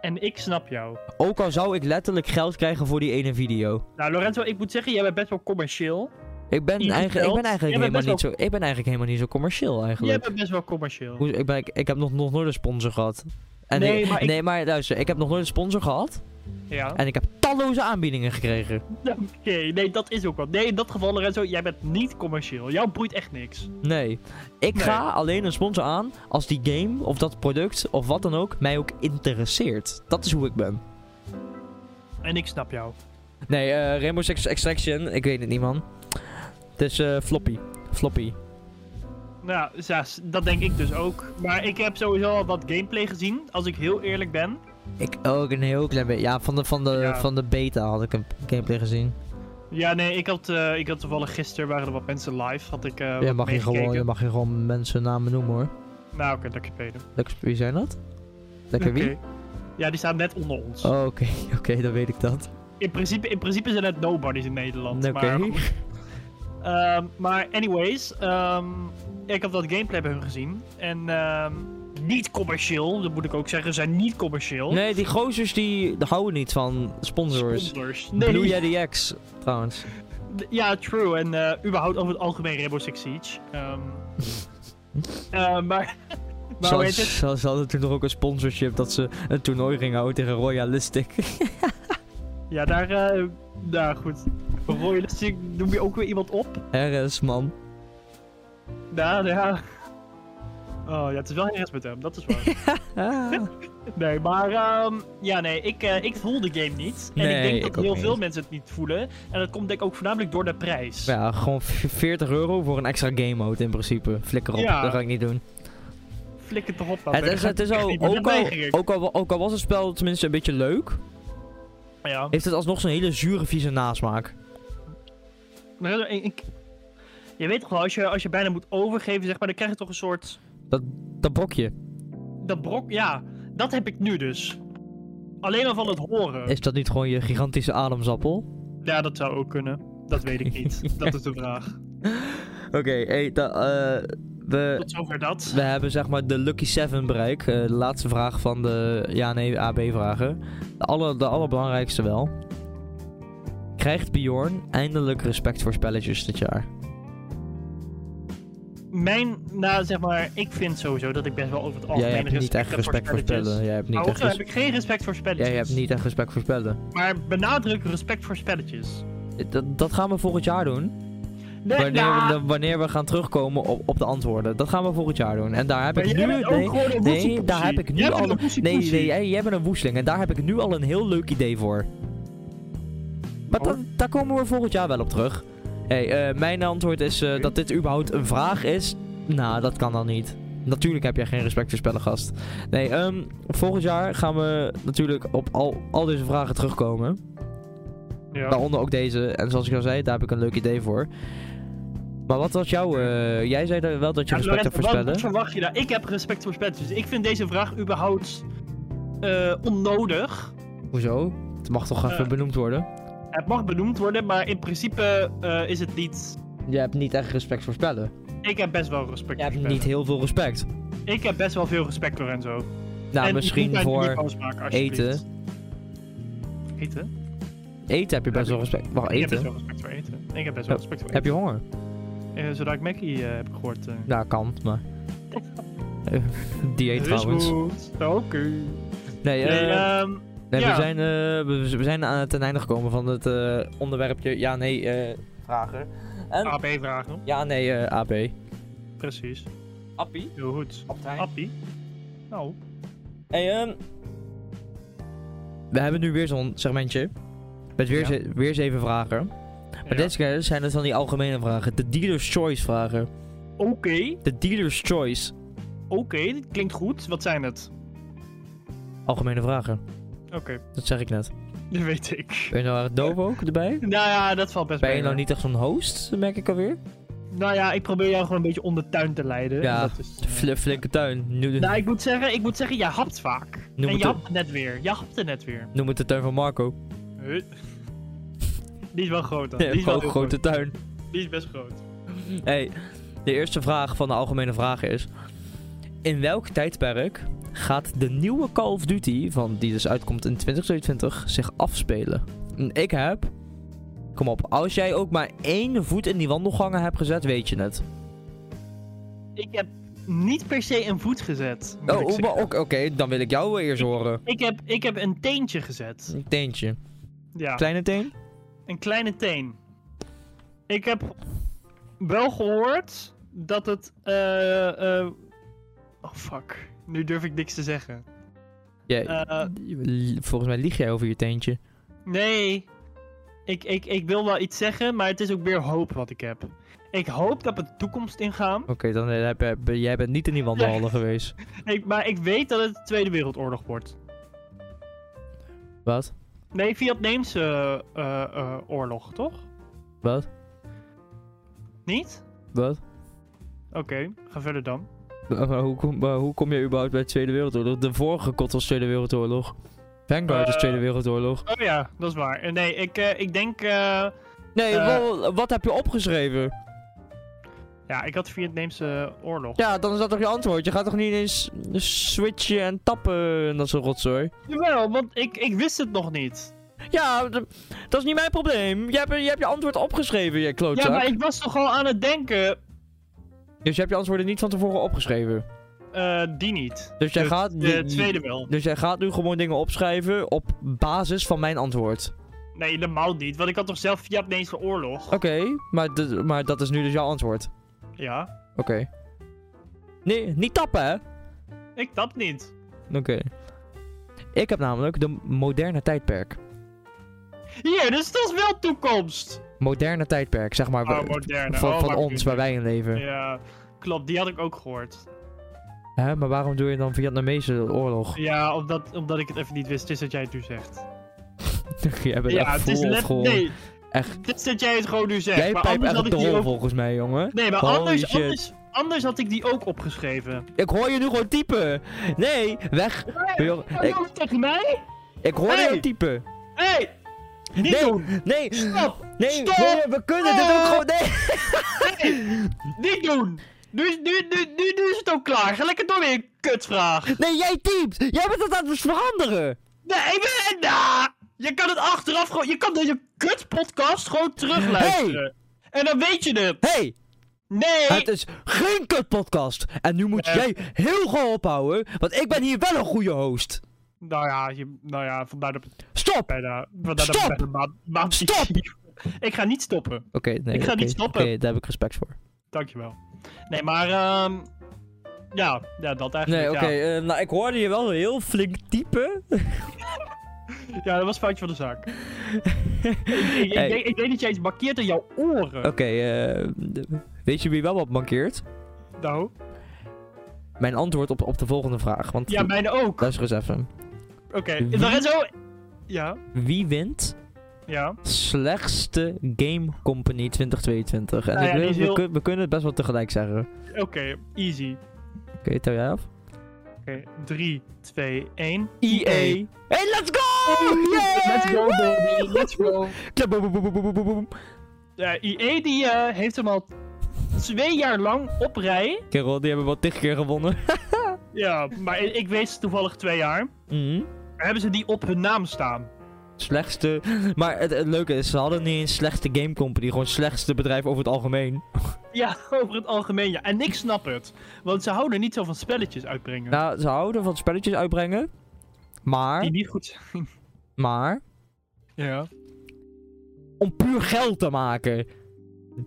S2: En ik snap jou.
S1: Ook al zou ik letterlijk geld krijgen voor die ene video.
S2: Nou, Lorenzo, ik moet zeggen, jij bent best wel commercieel.
S1: Ik ben,
S2: Ieder
S1: eigenlijk, ik ben, eigenlijk,
S2: geld. Jij bent
S1: helemaal
S2: best
S1: niet zo, ik ben eigenlijk helemaal niet zo commercieel eigenlijk.
S2: Jij bent best wel commercieel.
S1: Hoe- ik, ben, ik, ik heb nog, nog nooit een sponsor gehad. En
S2: Nee,
S1: ik-
S2: maar ik-
S1: nee, maar luister, ik heb nog nooit een sponsor gehad.
S2: Ja.
S1: En ik heb talloze aanbiedingen gekregen.
S2: Oké, nee, dat is ook wel. Nee, in dat geval, Lorenzo, jij bent niet commercieel. Jou boeit echt niks.
S1: Nee. Ik
S2: Nee.
S1: ga alleen een sponsor aan als die game of dat product of wat dan ook mij ook interesseert. Dat is hoe ik ben.
S2: En ik snap jou.
S1: Nee, eh, Rainbow Six Extraction, ik weet het niet man. Het is eh, floppy. Floppy.
S2: Nou, ja, s- dat denk ik dus ook. Maar ik heb sowieso al wat gameplay gezien, als ik heel eerlijk ben.
S1: Ik ook een heel klein beetje. Ja, van de, van, de,
S2: Ja.
S1: van de beta had ik een gameplay gezien.
S2: Ja, nee, ik had, eh, ik had toevallig gisteren, waren er wat mensen live, had ik eh
S1: je,
S2: wat
S1: mag je,
S2: meegekeken.
S1: gewoon, je mag je gewoon mensen namen noemen hoor.
S2: Nou, oké, dank je, Peter.
S1: Lekker, wie zijn dat? Lekker wie?
S2: Oké. Ja, die staan net onder ons.
S1: Oh, Oké, oké, dan weet ik dat.
S2: In, principe, in principe zijn het nobodies in Nederland.
S1: Oké.
S2: Maar, goed. Ehm, maar anyways, ehm, ik heb dat gameplay bij hun gezien. En ehm, niet commercieel, dat moet ik ook zeggen, zijn niet commercieel.
S1: Nee, die gozers die houden niet van sponsors.
S2: Sponsors.
S1: Blue
S2: Nee.
S1: Blue Yeti X, trouwens.
S2: D- Ja, true. En eh, überhaupt over het algemeen Rainbow Six Siege. Ehm, eh, maar... maar
S1: Ze
S2: hoe heet het?
S1: ze- ze hadden toen nog ook een sponsorship dat ze een toernooi gingen houden tegen Royalistic.
S2: Ja, daar... eh nou, goed. Royalistic noem je ook weer iemand op.
S1: RS, man.
S2: Nou, ja. Oh ja, het is wel geen rest met hem, dat is waar.
S1: Ah.
S2: nee, maar ehm, ja, nee, ik, eh, ik voel de game niet. En
S1: Nee,
S2: ik denk dat
S1: ik ook
S2: heel
S1: niet.
S2: veel mensen het niet voelen. En dat komt denk ik ook voornamelijk door de prijs.
S1: Ja, gewoon v- 40 euro voor een extra game mode in principe. Flikker op,
S2: Ja.
S1: dat ga ik niet doen.
S2: Flikker toch op, man.
S1: Het is, het is al, ook, al, ook, al, ook al was het spel tenminste een beetje leuk,
S2: Ja.
S1: heeft het alsnog zo'n hele zure, vieze nasmaak.
S2: Maar, eh, ik- je weet toch wel, als je, als je bijna moet overgeven, zeg maar, dan krijg je toch een soort...
S1: Dat brokje.
S2: Dat brok... Ja, dat heb ik nu dus. Alleen al van het horen.
S1: Is dat niet gewoon je gigantische ademsappel?
S2: Ja, dat zou ook kunnen. Dat weet ik niet. dat is de vraag.
S1: Oké, hey, da- eh, we,
S2: Tot zover dat.
S1: we hebben zeg maar de Lucky 7 bereik. Eh, de laatste vraag van de ja-nee-AB-vragen. De, aller, de allerbelangrijkste wel. Krijgt Bjorn eindelijk respect voor spelletjes dit jaar?
S2: Mijn, nou zeg maar, ik vind sowieso dat ik best wel over het algemeen
S1: Jij hebt niet echt
S2: heb
S1: respect voor spellen. Jij hebt niet
S2: Maar ook
S1: echt
S2: zo heb
S1: res-
S2: ik geen respect voor spelletjes.
S1: Jij hebt niet echt respect voor spellen. Eh,
S2: Maar benadruk respect voor spelletjes.
S1: Dat, dat gaan we volgend jaar doen.
S2: Nee,
S1: Wanneer
S2: nou,
S1: we, de- wanneer we gaan terugkomen op, op de antwoorden. Dat gaan we volgend jaar doen. En daar heb
S2: maar
S1: ik
S2: jij
S1: nu...
S2: bent ook
S1: Nee,
S2: gewoon een
S1: nee
S2: woesie-poesie.
S1: daar heb ik nu
S2: Jij bent
S1: al...
S2: een
S1: nee,
S2: woesie-poesie.
S1: nee, jij, jij bent een woesteling. En daar heb ik nu al een heel leuk idee voor. Maar
S2: Oh.
S1: dat- daar komen we volgend jaar wel op terug. Hey, eh, mijn antwoord is eh,
S2: Oké.
S1: dat dit überhaupt een vraag is. Nou, dat kan dan niet. Natuurlijk heb jij geen respect voor spellen, gast. Nee, ehm, volgend jaar gaan we natuurlijk op al, al deze vragen terugkomen.
S2: Ja.
S1: Daaronder ook deze. En zoals ik al zei, daar heb ik een leuk idee voor. Maar wat was jouw... eh, jij zei daar wel dat je
S2: Ja,
S1: respect hebt
S2: Lorette,
S1: voor
S2: wat,
S1: spellen.
S2: wat verwacht je daar? Ik heb respect voor spelletjes. Dus ik vind deze vraag überhaupt eh, onnodig.
S1: Hoezo? Het mag toch even
S2: Eh.
S1: benoemd worden?
S2: Het mag benoemd worden, maar in principe eh, is het niet...
S1: Jij hebt niet echt respect voor spellen.
S2: Ik heb best wel respect
S1: Je
S2: voor
S1: hebt
S2: spellen.
S1: niet heel veel respect.
S2: Ik heb best wel veel respect voor Renzo.
S1: Nou,
S2: En
S1: misschien
S2: moet mij niet
S1: voor
S2: boos maken, alsjeblieft.
S1: eten.
S2: Eten?
S1: eten heb je best
S2: Ja,
S1: wel respect. Wacht,
S2: Ik heb best
S1: eten? Oh,
S2: wel respect voor eten. Ik heb best wel respect voor
S1: Heb
S2: eten.
S1: je honger?
S2: Eh, Zodra ik Mackie eh, heb gehoord. eh.
S1: Nou, kan, maar... Eh, Dieet trouwens.
S2: goed. Oké.
S1: Nee, eh,
S2: Nee, ehm,
S1: nee, we,
S2: ja.
S1: zijn, eh, we, we zijn aan het ten einde gekomen van het eh, onderwerpje ja-nee vragen. En
S2: Ah. AB-vragen.
S1: ja-nee eh, AB.
S2: Precies.
S1: Appie?
S2: Heel goed. Appie? Nou.
S1: Hey, ehm, we hebben nu weer zo'n segmentje. Met weer,
S2: Ja.
S1: ze- weer zeven vragen. Maar
S2: ja.
S1: deze keer zijn het van die algemene vragen. De dealer's choice vragen.
S2: Oké,
S1: De dealer's choice.
S2: oké. dit klinkt goed. Wat zijn het?
S1: Algemene vragen.
S2: Oké,
S1: Dat zeg ik net.
S2: dat weet ik.
S1: Ben je nou doof ook erbij?
S2: Nou ja, dat valt best
S1: Ben je
S2: mee,
S1: nou
S2: hoor.
S1: niet echt zo'n host, merk ik alweer?
S2: Nou ja, ik probeer jou gewoon een beetje om de tuin te leiden.
S1: Ja,
S2: Dat is, eh,
S1: Fl- flinke tuin. Nu-
S2: Nou, ik moet zeggen, ik moet zeggen, jij hapt vaak.
S1: Noem
S2: en
S1: het
S2: je
S1: op.
S2: hapt net weer. Je hapt net weer.
S1: Noem het de tuin van Marco.
S2: Huh? Die is wel groot dan.
S1: Ja,
S2: Die is wel
S1: gewoon
S2: heel
S1: grote tuin.
S2: groot. Die is best groot.
S1: Hey, de eerste vraag van de algemene vragen is... In welk tijdperk gaat de nieuwe Call of Duty, van die dus uitkomt in 2022, zich afspelen? En ik heb... Kom op, als jij ook maar één voet in die wandelgangen hebt gezet, weet je het.
S2: Ik heb niet per se een voet gezet. moet
S1: Oh,
S2: ik,
S1: oh, maar
S2: zeggen.
S1: ook- oké, dan wil ik jou wel eerst horen.
S2: ik, heb, ik heb een teentje gezet.
S1: Een teentje.
S2: Ja.
S1: Kleine teen?
S2: Een kleine teen. Ik heb wel gehoord dat het. eh, eh, Oh fuck. Nu durf ik niks te zeggen.
S1: Jij,
S2: Eh,
S1: l- volgens mij lieg jij over je teentje.
S2: nee. Ik, ik, ik wil wel iets zeggen, maar het is ook weer hoop wat ik heb. Ik hoop dat we de toekomst ingaan.
S1: Oké, dan eh, heb, heb- jij bent niet in die wandelhallen geweest.
S2: Ik, maar ik weet dat het de Tweede Wereldoorlog wordt.
S1: Wat?
S2: Nee, Vietnamese eh, eh, eh, oorlog, toch?
S1: Wat?
S2: Niet?
S1: Wat?
S2: Oké, ga verder dan.
S1: Maar- maar hoe, kom, maar hoe kom je überhaupt bij de Tweede Wereldoorlog? De vorige kot was Tweede Wereldoorlog. Vanguard was
S2: Eh.
S1: Tweede Wereldoorlog.
S2: Oh ja, dat is waar. Eh, Nee, ik, eh, ik denk. eh,
S1: Nee,
S2: Eh.
S1: wel, wat heb je opgeschreven?
S2: Ja, ik had de Vietnamese oorlog.
S1: Ja, dan is dat toch je antwoord? Je gaat toch niet eens switchen en tappen en dat soort rotzooi?
S2: Jawel, want ik, ik wist het nog niet.
S1: Ja, d- dat is niet mijn probleem. Je hebt je, hebt je antwoord opgeschreven, je klootzak.
S2: Ja, maar ik was toch al aan het denken.
S1: Dus je hebt je antwoorden niet van tevoren opgeschreven.
S2: eh, die niet.
S1: Dus jij,
S2: De-
S1: gaat
S2: De
S1: nu,
S2: tweede wel.
S1: dus jij gaat nu gewoon dingen opschrijven op basis van mijn antwoord.
S2: Nee, helemaal niet. Want ik had toch zelf Vietnamese oorlog.
S1: Oké, maar, d- maar dat is nu dus jouw antwoord.
S2: Ja,
S1: Oké. Nee, niet tappen, hè?
S2: ik dat niet.
S1: Oké. Ik heb namelijk de moderne tijdperk.
S2: Hier, dus dat is wel toekomst.
S1: Moderne tijdperk, zeg maar.
S2: Oh,
S1: we-
S2: moderne.
S1: van
S2: Oh,
S1: van
S2: maar-
S1: ons, waar wij in leven.
S2: Ja, klopt. Die had ik ook gehoord.
S1: Hè, maar waarom doe je dan Vietnamese oorlog?
S2: Ja, omdat, omdat ik het even niet wist. Het is dat jij het nu zegt.
S1: Jij bent
S2: ja,
S1: echt
S2: het is
S1: vol of gewoon-
S2: Nee,
S1: echt-
S2: het is dat jij het gewoon nu zegt.
S1: Jij
S2: maar
S1: pijpt
S2: anders had
S1: echt
S2: ik die
S1: dol
S2: ook...
S1: volgens mij, jongen.
S2: Nee, maar
S1: Holy
S2: anders,
S1: shit.
S2: anders, anders had ik die ook opgeschreven.
S1: Ik hoor je nu gewoon typen. Nee, weg. Joh,
S2: Hey,
S1: Ik,
S2: doe het tegen mij?
S1: ik hoor
S2: Hey.
S1: jou typen.
S2: Hé! Hey, niet
S1: Nee,
S2: doen!
S1: nee,
S2: Stop!
S1: nee,
S2: Stop. Eh.
S1: nee, we kunnen dit ook gewoon... Nee.
S2: Niet doen! Nu, is- nu, nu, nu, nu is het ook klaar. Ga lekker door met je kutvraag.
S1: nee, jij typt. Jij bent het aan het veranderen.
S2: Nee, ik ben... nah. Je kan het achteraf gewoon... Je kan deze kutpodcast gewoon terugluisteren. En dan weet je het.
S1: Hey,
S2: Nee!
S1: het is geen kutpodcast. En nu moet
S2: Eh.
S1: jij heel gauw ophouden, want ik ben hier wel een goede host.
S2: Nou ja, je, nou ja, vandaar dat ik
S1: Stop.
S2: bijna... Vandaar
S1: Stop!
S2: Dat ik bijna ma- ma-
S1: Stop!
S2: ik ga niet stoppen.
S1: Oké, nee.
S2: Ik ga
S1: oké,
S2: niet stoppen.
S1: Oké, daar heb ik respect voor.
S2: Dankjewel. Nee, maar... ehm ja, ja, dat eigenlijk.
S1: Nee, oké.
S2: ja.
S1: eh, nou, ik hoorde je wel heel flink typen.
S2: ja, dat was foutje van de zaak. ik, ik,
S1: Hey.
S2: denk, ik denk dat jij iets markeert in jouw oren.
S1: Oké, eh, weet je wie wel wat mankeert?
S2: Nou,
S1: Mijn antwoord op, op de volgende vraag. Want
S2: ja, mijne ook.
S1: luister eens even.
S2: Oké,
S1: Wie-
S2: Lorenzo... Ja,
S1: Wie wint
S2: ja.
S1: slechtste game company 2022? En
S2: Nou
S1: ik
S2: ja, die
S1: weet,
S2: is
S1: we,
S2: heel-
S1: kun- we kunnen het best wel tegelijk zeggen. Oké,
S2: Oké, easy.
S1: tel jij af?
S2: Oké, 3, 2, 1.
S1: EA. Hey, let's go! Yay!
S2: E. Let's go, baby.
S1: Woehoe!
S2: Let's go.
S1: Ja, boem, boem, boem, boem, boem, boem, boem.
S2: Ja, IE die eh, heeft hem al twee jaar lang op rij.
S1: Kerel, die hebben wel tig keer gewonnen.
S2: Ja, maar ik, ik weet ze toevallig twee jaar.
S1: Mhm.
S2: Hebben ze die op hun naam staan?
S1: Slechtste. Maar het, het leuke is, ze hadden niet eens slechtste game company. Gewoon slechtste bedrijf over het algemeen.
S2: Ja, over het algemeen ja. En ik snap het. Want ze houden niet zo van spelletjes uitbrengen.
S1: Nou, ze houden van spelletjes uitbrengen.
S2: Die
S1: Maar,
S2: niet goed zijn.
S1: maar,
S2: Ja.
S1: om puur geld te maken.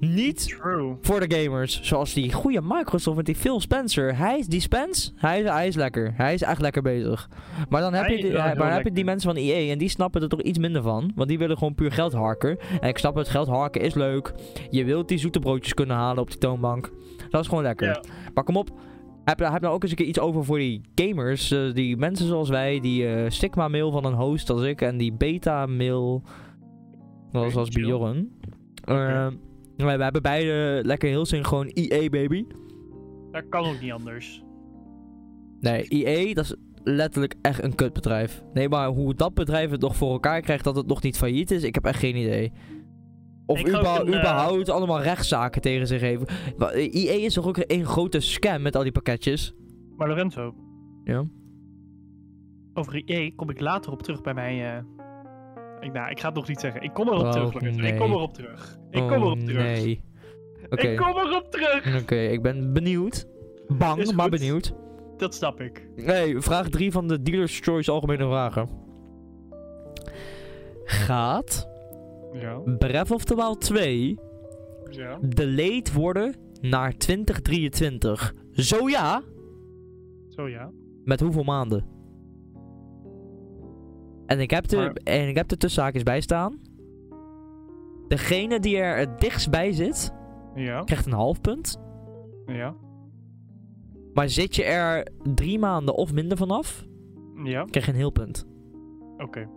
S1: Niet
S2: True.
S1: voor de gamers. Zoals die goede Microsoft met die Phil Spencer. Hij is die Spence. Hij is, hij is lekker. Hij is echt lekker bezig. Maar dan heb,
S2: Hij
S1: je, die,
S2: is wel
S1: eh,
S2: heel
S1: maar dan heb je
S2: lekker.
S1: die mensen van EA. En die snappen er toch iets minder van. Want die willen gewoon puur geld harken. En ik snap het, geld harken is leuk. Je wilt die zoete broodjes kunnen halen op die toonbank. Dat is gewoon lekker.
S2: Ja.
S1: Maar kom op. Heb, heb nou ook eens een keer iets over voor die gamers. eh, die mensen zoals wij. Die eh, stigma-mail van een host als ik. En die beta-mail. Dat was
S2: Oké,
S1: als
S2: chill.
S1: Bjorn. Eh, we, we hebben beide lekker heel synchroon EA, baby.
S2: Dat kan ook niet anders.
S1: Nee, EA, dat is letterlijk echt een kutbedrijf. Nee, maar hoe dat bedrijf het nog voor elkaar krijgt dat het nog niet failliet is, ik heb echt geen idee. Of
S2: Ik geloof
S1: überha-
S2: in, eh,
S1: überhaupt allemaal rechtszaken tegen zich geven. EA is toch ook een grote scam met al die pakketjes?
S2: Maar Lorenzo.
S1: Ja.
S2: Over IE kom ik later op terug bij mijn. eh, Ik, nou, ik ga het nog niet zeggen. Ik kom erop
S1: Oh,
S2: terug, Lorenzo.
S1: nee.
S2: Ik kom erop terug. Ik kom
S1: Oh,
S2: erop terug.
S1: Nee. Oké,
S2: Ik kom erop terug.
S1: oké, ik ben benieuwd. Bang,
S2: Is
S1: maar
S2: goed.
S1: benieuwd.
S2: Dat snap ik.
S1: Nee, vraag 3 van de Dealer's Choice Algemene Vragen. Gaat
S2: Ja.
S1: Breath of the Wild 2
S2: ja.
S1: delayed worden naar 2023. Zo ja,
S2: Zo ja.
S1: met hoeveel maanden? En ik heb er,
S2: Maar-
S1: en ik heb er tussen haakjes bij staan. Degene die er het dichtst bij zit,
S2: Ja.
S1: krijgt een half punt.
S2: Ja.
S1: Maar zit je er drie maanden of minder vanaf,
S2: Ja.
S1: krijg je een heel punt.
S2: Oké.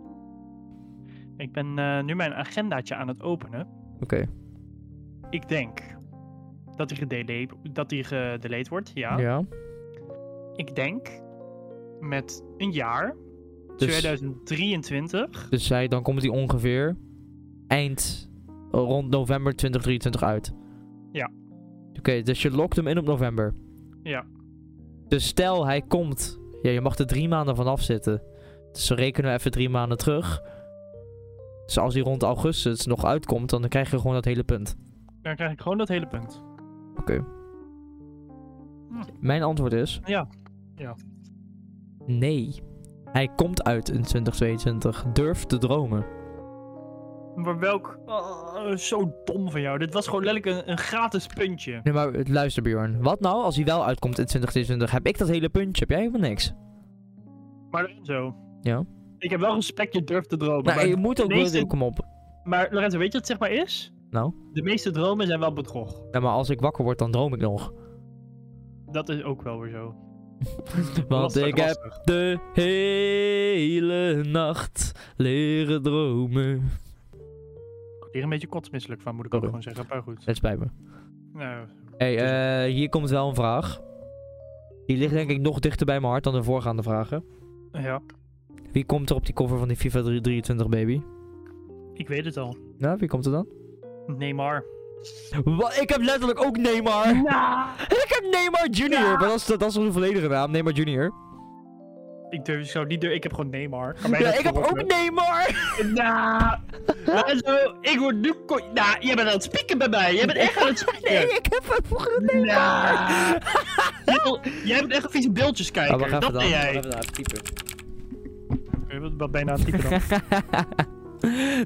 S2: Ik ben eh, nu mijn agendaatje aan het openen.
S1: Oké.
S2: Ik denk dat die gedelayed, dat die gedelayed wordt. Ja. Ik denk met een jaar.
S1: Dus-
S2: 2023.
S1: Dus zij, dan komt die ongeveer eind eh, rond november 2023 uit.
S2: Ja.
S1: Oké, dus je lokt hem in op november.
S2: Ja.
S1: Dus stel hij komt. Ja, je mag er drie maanden vanaf zitten. Dus dan rekenen we even drie maanden terug. Dus als hij rond augustus nog uitkomt, dan krijg je gewoon dat hele punt.
S2: Dan krijg ik gewoon dat hele punt.
S1: Oké. Mijn antwoord is...
S2: Ja. Ja.
S1: Nee. Hij komt uit in 2022. Durf te dromen.
S2: Maar welk... oh, zo dom van jou. Dit was gewoon letterlijk een, een gratis puntje.
S1: Nee, maar eh, luister Bjorn. Wat nou als hij wel uitkomt in 2022? Heb ik dat hele puntje? Heb jij helemaal niks?
S2: Maar Lorenzo...
S1: Ja.
S2: Ik heb wel respect, je durft te dromen.
S1: Nou,
S2: maar,
S1: je moet ook...
S2: de meeste-
S1: Kom op.
S2: maar Lorenzo, weet je wat het zeg maar is?
S1: Nou?
S2: De meeste dromen zijn wel bedrog.
S1: Ja, maar als ik wakker word, dan droom ik nog.
S2: Dat is ook wel weer zo.
S1: Want
S2: Lastig,
S1: ik heb
S2: lastig.
S1: de hele nacht leren dromen.
S2: Ik word hier een beetje kotsmisselijk van, moet ik ook
S1: Sorry.
S2: gewoon zeggen. Maar goed.
S1: Het spijt me.
S2: Nou,
S1: Hey, eh, hier komt wel een vraag. Die ligt denk ik nog dichter bij mijn hart dan de voorgaande vragen.
S2: ja,
S1: Wie komt er op die cover van die FIFA 23 baby?
S2: ik weet het al.
S1: Nou, wie komt er dan?
S2: Neymar.
S1: Wa- ik heb letterlijk ook Neymar. Ik heb Neymar Junior. Maar dat is, dat is onze volledige naam, Neymar Junior.
S2: Ik durf ik zou niet durven. Ik heb gewoon Neymar. Kan mij
S1: Ja,
S2: dat
S1: ik heb ook
S2: verrotten?
S1: Neymar.
S2: Nou, Lorenzo, ik word nu... ko- Nou, jij bent aan het spieken bij mij. Jij bent echt aan het spieken.
S1: Nee, ik heb ook gewoon Neymar.
S2: Nou. jij, wil- jij bent echt een vieze beeldjes kijken.
S1: Oh, wacht even
S2: dat
S1: dan.
S2: ben jij.
S1: Wacht even, even
S2: Je bent wel
S1: nou
S2: bijna aan het typen dan.
S1: typen.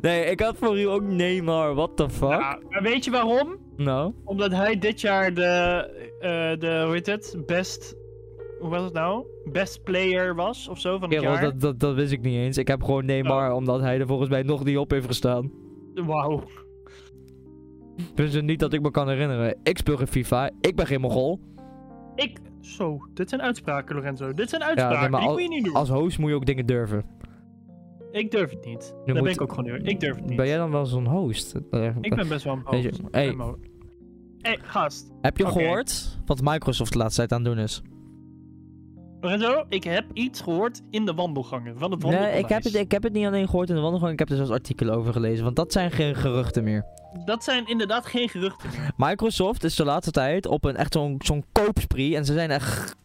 S1: nee, ik had voor u ook Neymar. What the fuck?
S2: Ja, maar weet je waarom?
S1: Nou.
S2: Omdat hij dit jaar de, eh, de hoe heet het, best, hoe was het nou? Best player was of zo van het
S1: Kerel,
S2: jaar. Oh.
S1: dat, dat, dat wist ik niet eens. Ik heb gewoon Neymar, omdat hij er volgens mij nog niet op heeft gestaan.
S2: Wauw.
S1: Dus niet dat ik me kan herinneren. Ik speel geen FIFA. Ik ben geen Mogol.
S2: Ik, zo, dit zijn uitspraken Lorenzo. Dit zijn
S1: nee,
S2: uitspraken,
S1: maar
S2: die
S1: al-
S2: moet je niet doen.
S1: Als host moet je ook dingen durven.
S2: Ik durf het niet. Daar
S1: moet-
S2: ben ik ook gewoon nu. Ik durf het niet.
S1: Ben jij dan wel zo'n host? Eh,
S2: Ik ben best wel een
S1: Weet je-
S2: hoofd. Ik
S1: hey.
S2: ben mo- hey, gast.
S1: Heb je
S2: Oké.
S1: gehoord wat Microsoft de laatste tijd aan het doen is?
S2: Lorenzo, ik heb iets gehoord in de wandelgangen van het
S1: Nee, ik heb,
S2: wandelonderwijs.
S1: het, ik heb het niet alleen gehoord in de wandelgang. Ik heb er zelfs artikelen over gelezen. Want dat zijn geen geruchten meer.
S2: Dat zijn inderdaad geen geruchten meer.
S1: Microsoft is de laatste tijd op een echt zo'n zo'n koopspree. En ze zijn echt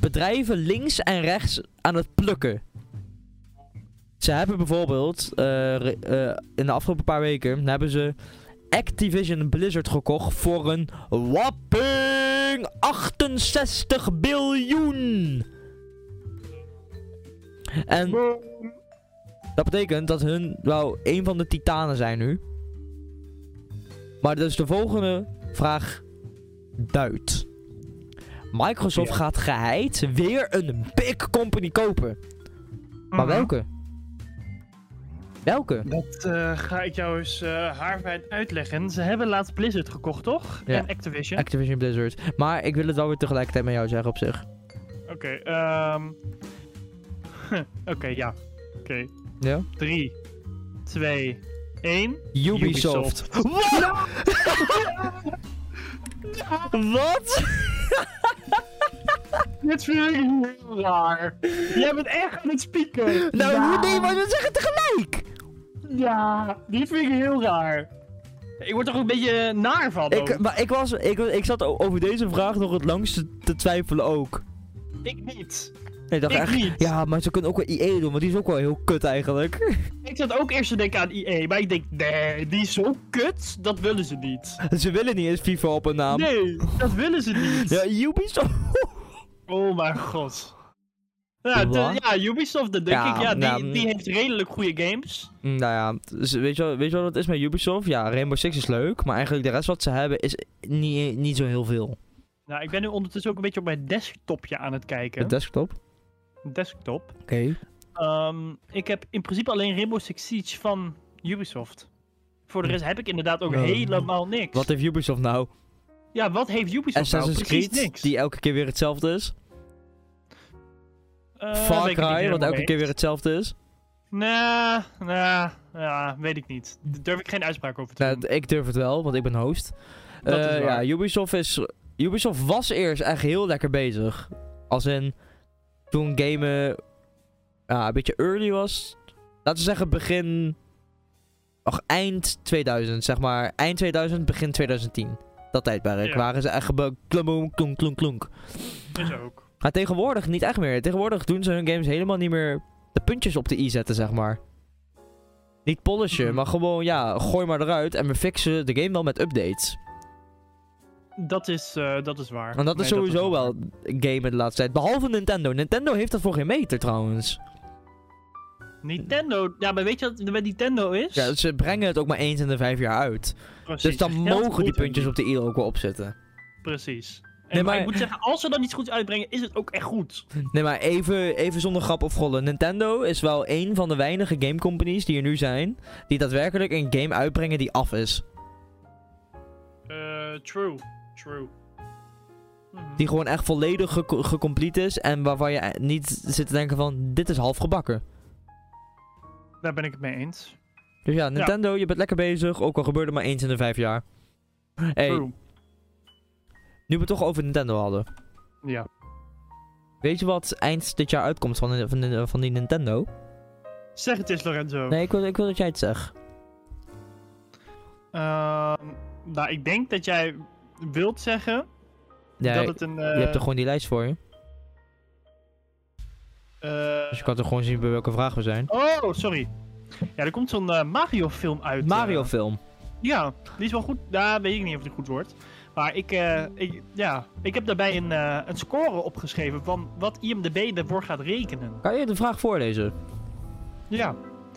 S1: bedrijven links en rechts aan het plukken. Ze hebben bijvoorbeeld eh, re- eh, in de afgelopen paar weken hebben ze Activision Blizzard gekocht voor een whopping 68 biljoen. En dat betekent dat hun wel een van de titanen zijn nu. Maar dus de volgende vraag duidt. Microsoft
S2: Ja.
S1: gaat geheid weer een big company kopen. Maar welke? Welke?
S2: Dat eh, ga ik jou eens eh haarfijn uitleggen. Ze hebben laatst Blizzard gekocht, toch?
S1: Ja.
S2: En Activision.
S1: Activision Blizzard. Maar ik wil het wel weer tegelijkertijd met jou zeggen op zich.
S2: Oké, ehm. Oké, ja. Oké.
S1: Ja?
S2: 3, 2, 1.
S1: Ubisoft. Wat? Wat?
S2: Dit vind ik heel raar. Jij bent echt aan het spieken.
S1: Nou, hoe nee, maar we zeggen tegelijk.
S2: Ja, die vind ik heel raar. Ik word toch een beetje naar van. ook.
S1: Ik, maar ik, was, ik, ik zat o- over deze vraag nog het langste te twijfelen ook.
S2: Ik niet.
S1: Nee, ik dacht
S2: Ik
S1: echt,
S2: niet.
S1: ja, maar ze kunnen ook wel IE doen, want die is ook wel heel kut eigenlijk.
S2: Ik zat ook eerst te denken aan IE, maar ik denk, nee, die is zo kut, dat willen ze niet.
S1: ze willen niet eens FIFA op een naam.
S2: Nee, dat willen ze niet.
S1: Ja, Ubisoft.
S2: Oh mijn god. Ja,
S1: Wat?
S2: de- ja Ubisoft, dat denk
S1: Ja,
S2: ik. Ja, die,
S1: nou,
S2: die heeft redelijk goede games.
S1: Mm, nou ja, dus weet je, wel- weet je wat het is met Ubisoft? Ja, Rainbow Six is leuk, maar eigenlijk de rest wat ze hebben is niet, niet zo heel veel.
S2: Nou, ik ben nu ondertussen ook een beetje op mijn desktopje aan het kijken.
S1: De desktop. Oké. eh,
S2: Desktop. Ehm, ik heb in principe alleen Rainbow Six Siege van Ubisoft. Voor de rest heb ik inderdaad ook
S1: Hm. Ja.
S2: helemaal niks.
S1: Wat heeft Ubisoft nou?
S2: Ja, wat heeft Ubisoft nou?
S1: Assassin's
S2: Precies
S1: Creed,
S2: niks.
S1: die elke keer weer hetzelfde is.
S2: Eh, weet
S1: Far
S2: ik niet
S1: Cry, wat
S2: helemaal
S1: elke
S2: mee.
S1: keer weer hetzelfde is.
S2: Nee, nee, Nou, ja, weet ik niet. Daar durf ik geen uitspraak over te
S1: Nou,
S2: doen.
S1: d- ik durf het wel, want ik ben host.
S2: Dat is
S1: Eh,
S2: waar.
S1: ja, Ubisoft is. Ubisoft was eerst echt heel lekker bezig. Als in toen gamen ja, een beetje early was. Laten we zeggen begin. Och, eind 2000, zeg maar. Eind 2000, begin 2010. Dat tijdperk.
S2: Ja.
S1: Waren ze echt gebe- klaboom, klonk, klonk, klonk.
S2: Is ook.
S1: Maar tegenwoordig niet echt meer. Tegenwoordig doen ze hun games helemaal niet meer de puntjes op de i zetten, zeg maar. Niet polishen,
S2: Mhm.
S1: maar gewoon, ja, gooi maar eruit en we fixen de game wel met updates.
S2: Dat is, eh, dat is waar.
S1: En dat is
S2: Nee,
S1: sowieso
S2: waar.
S1: wel game in de laatste tijd. Behalve Nintendo. Nintendo heeft dat voor geen meter, trouwens.
S2: Nintendo, ja, maar weet je wat het met Nintendo is?
S1: Ja, ze brengen het ook maar eens in de vijf jaar uit.
S2: Precies,
S1: Dus dan
S2: het geld
S1: mogen die
S2: moet hun
S1: puntjes op de i er ook wel opzetten.
S2: Precies. En,
S1: Nee,
S2: maar
S1: maar-
S2: ik moet zeggen, als ze dat niet goed uitbrengen, is het ook echt goed.
S1: Nee, maar even, even zonder grap of rollen. Nintendo is wel een van de weinige game companies die er nu zijn. die daadwerkelijk een game uitbrengen die af is.
S2: Eh, true. True. Mhm.
S1: Die gewoon echt volledig ge- gecomplete is. en waarvan je eh, niet zit te denken: van dit is half gebakken.
S2: Daar ben ik het mee eens.
S1: Dus ja, Nintendo, je bent lekker bezig. Ook al gebeurde maar eens in de vijf jaar. hey,
S2: True.
S1: nu we het toch over Nintendo hadden.
S2: Ja.
S1: Weet je wat eind dit jaar uitkomt van, van, van die Nintendo?
S2: Zeg het eens, Lorenzo.
S1: Nee, ik wil, ik wil dat jij het zegt.
S2: Ehm, nou, ik denk dat jij wilt zeggen
S1: Ja,
S2: dat het een... eh,
S1: je hebt er gewoon die lijst voor je.
S2: eh,
S1: Dus je kan toch gewoon zien bij welke vraag we zijn.
S2: Oh, sorry. Ja, er komt zo'n eh, Mario-film uit.
S1: Mario
S2: eh,
S1: film.
S2: ja, die is wel goed. Daar weet ik niet of het goed wordt. Maar ik, eh, ik, ja, ik heb daarbij een, eh, een score opgeschreven van wat IMDB ervoor gaat rekenen.
S1: Kan je de vraag voorlezen?
S2: Ja.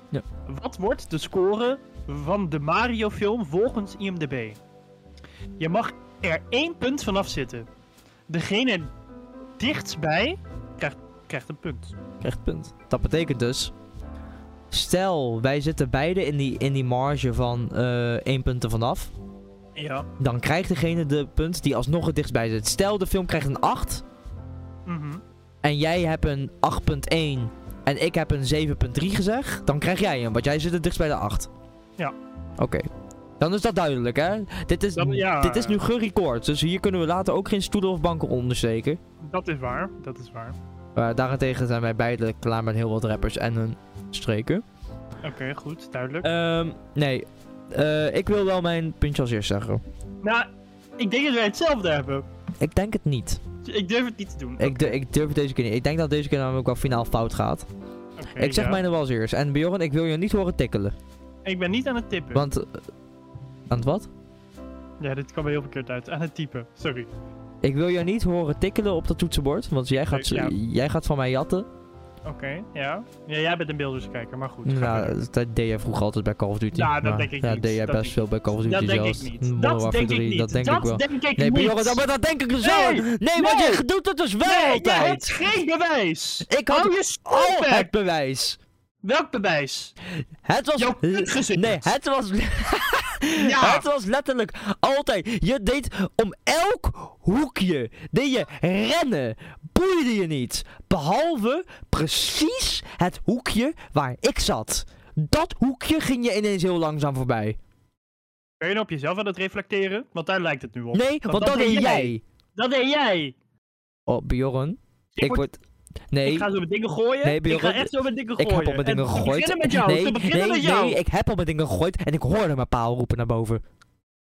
S1: Ja.
S2: Wat wordt de score van de Mario-film volgens IMDb? Je mag er één punt vanaf zitten. Degene dichtstbij krijgt, krijgt een punt.
S1: Echt punt. Dat betekent dus... Stel, wij zitten beide in die, in die marge van eh één punt er vanaf.
S2: Ja.
S1: Dan krijgt degene de punt die alsnog het dichtstbij zit. Stel, de film krijgt een 8.
S2: Mhm.
S1: En jij hebt een 8.1. En ik heb een 7.3 gezegd. Dan krijg jij hem, want jij zit het dichtst bij de 8.
S2: Ja.
S1: Oké. Dan is dat duidelijk, hè? Dit is,
S2: Dan- ja.
S1: dit is nu gerecord. Dus hier kunnen we later ook geen stoelen of banken ondersteken.
S2: Dat is waar. Dat is waar.
S1: Maar daarentegen zijn wij beide klaar met heel wat rappers en hun streken.
S2: Oké, goed. Duidelijk.
S1: Ehm, nee. Eh, ik wil wel mijn puntje als eerst zeggen.
S2: nou, ik denk dat wij hetzelfde hebben.
S1: Ik denk het niet.
S2: Ik durf het niet te doen.
S1: Ik, du- ik durf het deze keer niet. Ik denk dat deze keer namelijk wel finaal fout gaat.
S2: Oké,
S1: ik zeg
S2: ja.
S1: mijn er wel als eerst. En Bjorn, ik wil je niet horen tikkelen.
S2: Ik ben niet aan het tippen.
S1: Want... eh, aan het wat?
S2: Ja, dit kwam heel verkeerd uit. Aan het typen. Sorry.
S1: Ik wil jou niet horen tikkelen op dat toetsenbord, want jij gaat,
S2: Ja.
S1: jij gaat van mij jatten.
S2: Oké, ja. Ja, jij bent een beelderskijker, maar goed. ga verder.
S1: Nou, dat deed jij vroeger altijd bij Call of Duty.
S2: Nou, dat
S1: maar
S2: denk ik
S1: ja,
S2: niet.
S1: deed jij
S2: Dat
S1: best
S2: denk
S1: veel bij Call of Duty
S2: Dat denk
S1: zelfs. Hm,
S2: ik niet.
S1: Modern
S2: Dat
S1: Warfare
S2: denk ik
S1: 3,
S2: niet.
S1: Dat denk ik wel.
S2: denk ik
S1: nee, maar
S2: niet.
S1: jongen, dat, maar dat denk ik zo. Nee, want
S2: Nee.
S1: je doet het dus wel
S2: Nee, je hebt
S1: altijd.
S2: geen bewijs.
S1: Ik had
S2: Hou je
S1: al
S2: stil
S1: het
S2: bek.
S1: bewijs.
S2: Welk bewijs?
S1: Het was...
S2: Jouw kutgezicht.
S1: Nee, het was,
S2: Ja. Ah.
S1: het was letterlijk altijd. Je deed om elk hoekje. Deed je rennen. Boeide je niet. Behalve precies het hoekje waar ik zat. Dat hoekje ging je ineens heel langzaam voorbij.
S2: Kun je nou op jezelf aan het reflecteren? Want daar lijkt het nu op.
S1: Nee, want dat deed jij.
S2: Dat deed jij. Ik,
S1: Oh, Bjorn. Ik
S2: word-
S1: word. Nee.
S2: ik ga zo met dingen gooien.
S1: Nee,
S2: ik ga
S1: Bjorn,
S2: echt zo met
S1: Ik
S2: dingen gooien.
S1: heb op mijn dingen
S2: En
S1: gegooid.
S2: Te beginnen met jou.
S1: nee,
S2: te beginnen
S1: nee,
S2: met jou.
S1: nee, ik heb op mijn dingen gegooid en ik hoorde mijn paal roepen naar boven.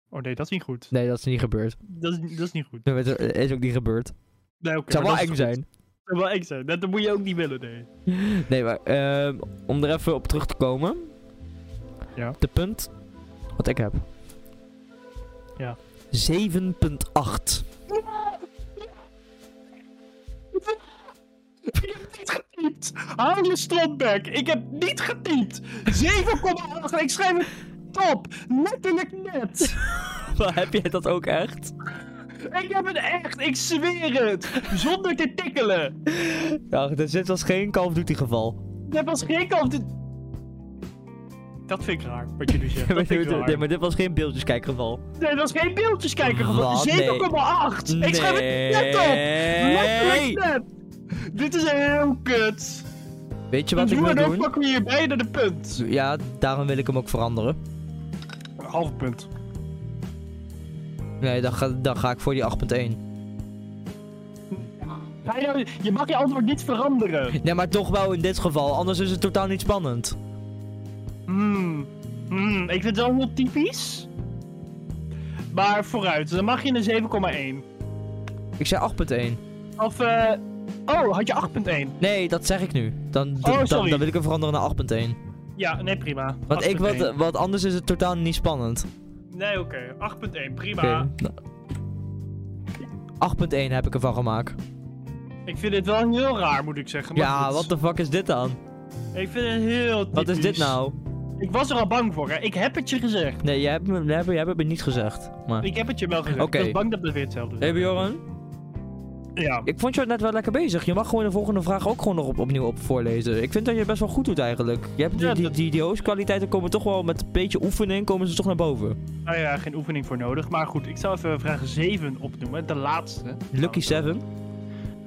S2: Oh nee, dat is niet goed.
S1: Nee, dat is niet gebeurd.
S2: Dat is, dat is niet goed.
S1: Dat is ook niet gebeurd.
S2: Nee, oké.
S1: Het zou
S2: maar
S1: wel
S2: dat is
S1: eng
S2: goed.
S1: zijn.
S2: Het zou wel eng zijn. Dat dat moet je ook niet willen, nee.
S1: Nee, maar ehm, om er even op terug te komen.
S2: Ja.
S1: De punt wat ik heb.
S2: Ja.
S1: 7.8.
S2: Ik heb niet getypt. Hou je strotbek. Ik heb niet getypt. 7,8. Ik schrijf het top. Letterlijk net.
S1: Maar heb jij dat ook echt?
S2: Ik heb het echt. Ik zweer het. Zonder te tikkelen.
S1: Ja, dus dit was geen Call of Duty geval.
S2: Dat was geen kant. Dat vind ik raar, wat je nu zegt. Dat
S1: maar,
S2: vind ik
S1: dit,
S2: raar.
S1: nee, maar dit was geen beeldjeskijkgeval.
S2: Nee, dat is geen beeldjes kijken.
S1: Wat?
S2: Gewoon 7,8.
S1: Nee.
S2: Ik schrijf het net op.
S1: Nee.
S2: Letterlijk net. Dit is heel kut.
S1: Weet je wat ik
S2: Doe
S1: wil
S2: en dan
S1: doen?
S2: pakken we hier bijna de punt.
S1: Ja, daarom wil ik hem ook veranderen.
S2: Half punt.
S1: Nee, dan ga, dan ga ik voor die 8.1.
S2: Ga je, nou- je mag je antwoord niet veranderen.
S1: Nee, maar toch wel in dit geval, anders is het totaal niet spannend.
S2: Hmm. Hmm, Ik vind het wel heel typisch. Maar vooruit, dan mag je een 7,1.
S1: Ik zei 8.1.
S2: Of, eh. oh, had je 8,1?
S1: Nee, dat zeg ik nu. Dan, dan,
S2: Oh,
S1: dan,
S2: sorry.
S1: dan wil ik hem veranderen naar 8.1.
S2: Ja, nee, prima.
S1: Want ik,
S2: 8,1.
S1: wat, wat anders is het totaal niet spannend.
S2: Nee, oké. 8,1, prima.
S1: Oké. nou. 8.1 heb ik ervan gemaakt.
S2: Ik vind het wel heel raar, moet ik zeggen. maar
S1: Ja,
S2: goed.
S1: wat de fuck is dit dan?
S2: Ik vind het heel typisch.
S1: Wat is dit nou?
S2: Ik was er al bang voor, hè. Ik heb het je gezegd.
S1: Nee, jij hebt, me, jij hebt, jij hebt het me niet gezegd. Maar...
S2: Ik heb het je wel gezegd.
S1: Oké.
S2: Ik was bang dat het weer hetzelfde
S1: Hey
S2: is.
S1: Bjorn,
S2: Ja.
S1: ik vond jou net wel lekker bezig. Je mag gewoon de volgende vraag ook gewoon nog op, opnieuw op voorlezen. Ik vind dat je het best wel goed doet eigenlijk. Je hebt die,
S2: Ja,
S1: die,
S2: dat-
S1: die, die hoostkwaliteiten komen toch wel met een beetje oefening komen ze toch naar boven.
S2: Nou ja, geen oefening voor nodig. Maar goed, ik zal even vraag 7 opnoemen. De laatste. Nou,
S1: Lucky 7.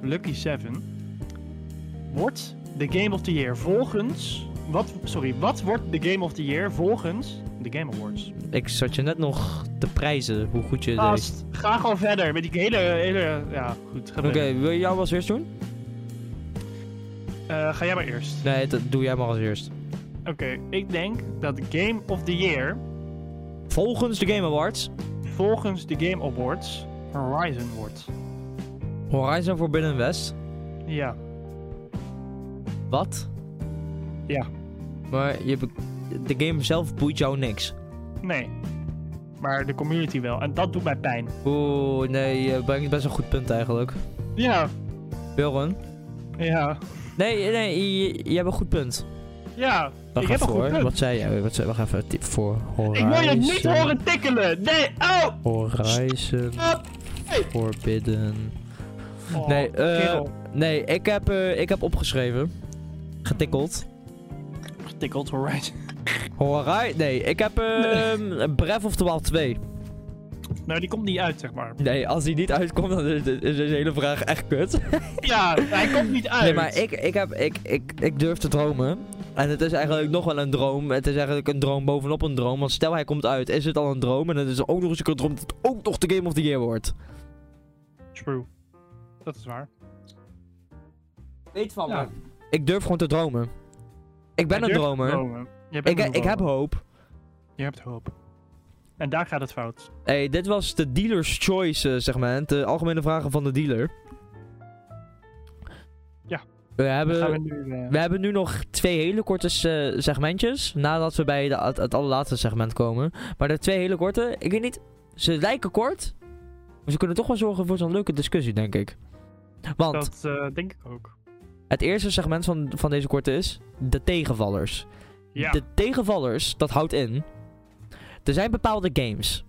S2: Lucky 7. Wordt de Game of the Year volgens... Wat, sorry, wat wordt de Game of the Year volgens de Game Awards?
S1: Ik zat je net nog te prijzen hoe goed je het deed.
S2: Gast, ga gewoon verder met die hele... hele ja, goed. Ga,
S1: Oké,
S2: verder.
S1: wil je jou als eerst doen?
S2: Eh, ga jij maar eerst.
S1: Nee, dat doe jij maar als eerst.
S2: Oké, ik denk dat Game of the Year
S1: Volgens de Game Awards,
S2: volgens de Game Awards Horizon wordt.
S1: Horizon Forbidden West.
S2: Ja.
S1: Wat?
S2: Ja.
S1: Maar je be- de game zelf boeit jou niks.
S2: Nee. Maar de community wel. En dat doet mij pijn.
S1: Oeh, nee, je brengt best een goed punt eigenlijk.
S2: Ja.
S1: Bjorn?
S2: Ja.
S1: Nee, nee, je, je hebt een goed punt.
S2: Ja.
S1: Wacht
S2: ik
S1: even
S2: heb een goed
S1: hoor.
S2: punt.
S1: Wat zei jij? Wat zei, wacht even, tip voor Horizon.
S2: Ik wil je niet horen tikkelen. Nee. Oh.
S1: Horizon Forbidden.
S2: Oh,
S1: Nee, eh,
S2: kerel.
S1: Nee, ik heb, eh, ik heb opgeschreven. Getikkeld.
S2: Getikkeld Horizon.
S1: Horizon? Nee, ik heb ehm Breath of the Wild 2.
S2: Nou, die komt niet uit, zeg maar.
S1: Nee, als die niet uitkomt, dan is is deze hele vraag echt kut.
S2: Ja, hij komt niet uit.
S1: Nee, maar ik, ik, heb, ik, ik, ik durf te dromen. En het is eigenlijk nog wel een droom. Het is eigenlijk een droom bovenop een droom. Want stel hij komt uit, is het al een droom. En het is ook nog eens een keer een droom dat het ook nog de Game of the Year wordt.
S2: True. Dat is waar.
S1: Weet van
S2: Ja.
S1: me. Ik durf gewoon te dromen. Ik ben
S2: Jij
S1: een
S2: durft te
S1: dromer.
S2: dromen. Jij bent
S1: Ik,
S2: een
S1: ik heb
S2: dromer.
S1: hoop.
S2: Je hebt hoop. En daar gaat het fout.
S1: hey, dit was de Dealer's Choice eh, segment. De algemene vragen van de dealer.
S2: Ja.
S1: We
S2: Dan
S1: hebben...
S2: gaan we nu... eh,
S1: We hebben nu nog twee hele korte eh, segmentjes. Nadat we bij de, het, het allerlaatste segment komen. Maar de twee hele korte, ik weet niet. Ze lijken kort. Maar ze kunnen toch wel zorgen voor zo'n leuke discussie, denk ik. Want
S2: Dat eh, denk ik ook.
S1: het eerste segment van, van deze korte is. De tegenvallers.
S2: Ja.
S1: De tegenvallers, dat houdt in. Er zijn bepaalde games.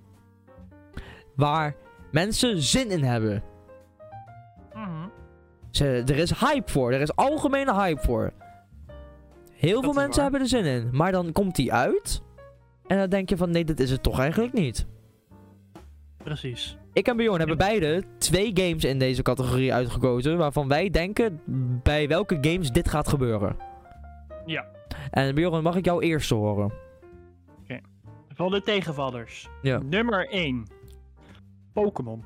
S1: Waar mensen zin in hebben.
S2: Mhm.
S1: Ze, er is hype voor. Er is algemene hype voor. Heel veel
S2: is
S1: mensen
S2: waar.
S1: hebben er zin in. Maar dan komt die uit. En dan denk je van nee, dit is het toch eigenlijk niet.
S2: Precies.
S1: Ik en Bjorn hebben beide twee games in deze categorie uitgekozen. Waarvan wij denken bij welke games dit gaat gebeuren.
S2: Ja.
S1: En Bjorn, mag ik jou eerst horen?
S2: Van de tegenvallers.
S1: Ja.
S2: Nummer 1. Pokémon.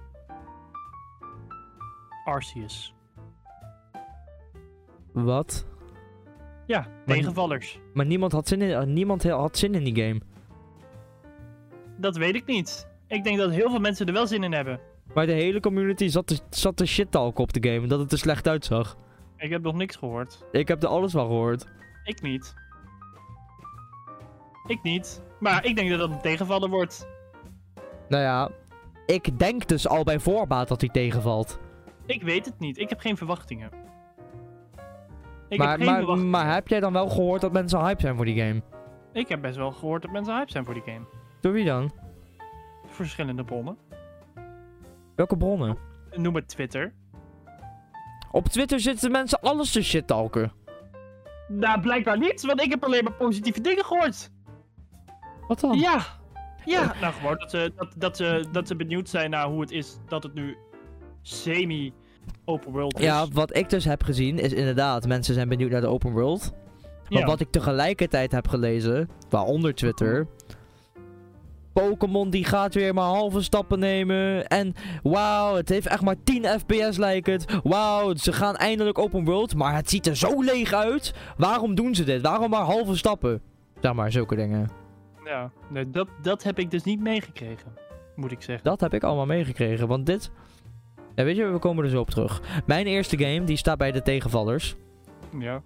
S2: Arceus.
S1: Wat?
S2: Ja, tegenvallers.
S1: Maar niemand had zin in, eh, niemand he- had zin in die game.
S2: Dat weet ik niet. Ik denk dat heel veel mensen er wel zin in hebben.
S1: Maar de hele community zat de, zat de shit talk op de game. Dat het er slecht uitzag.
S2: Ik heb nog niks gehoord.
S1: Ik heb er alles van gehoord.
S2: Ik niet. Ik niet. Maar ik denk dat dat een tegenvaller wordt.
S1: Nou ja, ik denk dus al bij voorbaat dat hij tegenvalt.
S2: Ik weet het niet. Ik heb geen verwachtingen. Ik heb
S1: maar,
S2: geen
S1: maar,
S2: verwachtingen.
S1: maar heb jij dan wel gehoord dat mensen hype zijn voor die game?
S2: Ik heb best wel gehoord dat mensen hype zijn voor die game.
S1: Door wie dan?
S2: Verschillende bronnen.
S1: Welke bronnen?
S2: Noem het Twitter.
S1: Op Twitter zitten mensen alles te shit talken.
S2: Nou, blijkbaar niet, want ik heb alleen maar positieve dingen gehoord.
S1: Wat dan?
S2: Ja.
S1: Eh.
S2: Ja. Nou, gewoon dat ze, dat, dat, ze, dat ze benieuwd zijn naar hoe het is dat het nu semi-open world is.
S1: Ja, wat ik dus heb gezien is inderdaad, mensen zijn benieuwd naar de open world. Maar
S2: Ja.
S1: wat ik tegelijkertijd heb gelezen, waaronder Twitter. Pokémon die gaat weer maar halve stappen nemen. En wauw, het heeft echt maar 10 FPS lijkt het. Wauw, ze gaan eindelijk open world, maar het ziet er zo leeg uit. Waarom doen ze dit? Waarom maar halve stappen? Zeg maar, zulke dingen.
S2: Ja. Nee, dat, dat heb ik dus niet meegekregen. moet ik zeggen.
S1: Dat heb ik allemaal meegekregen. Want dit. Ja, weet je, we komen er zo op terug. Mijn eerste game, die staat bij de tegenvallers.
S2: Ja.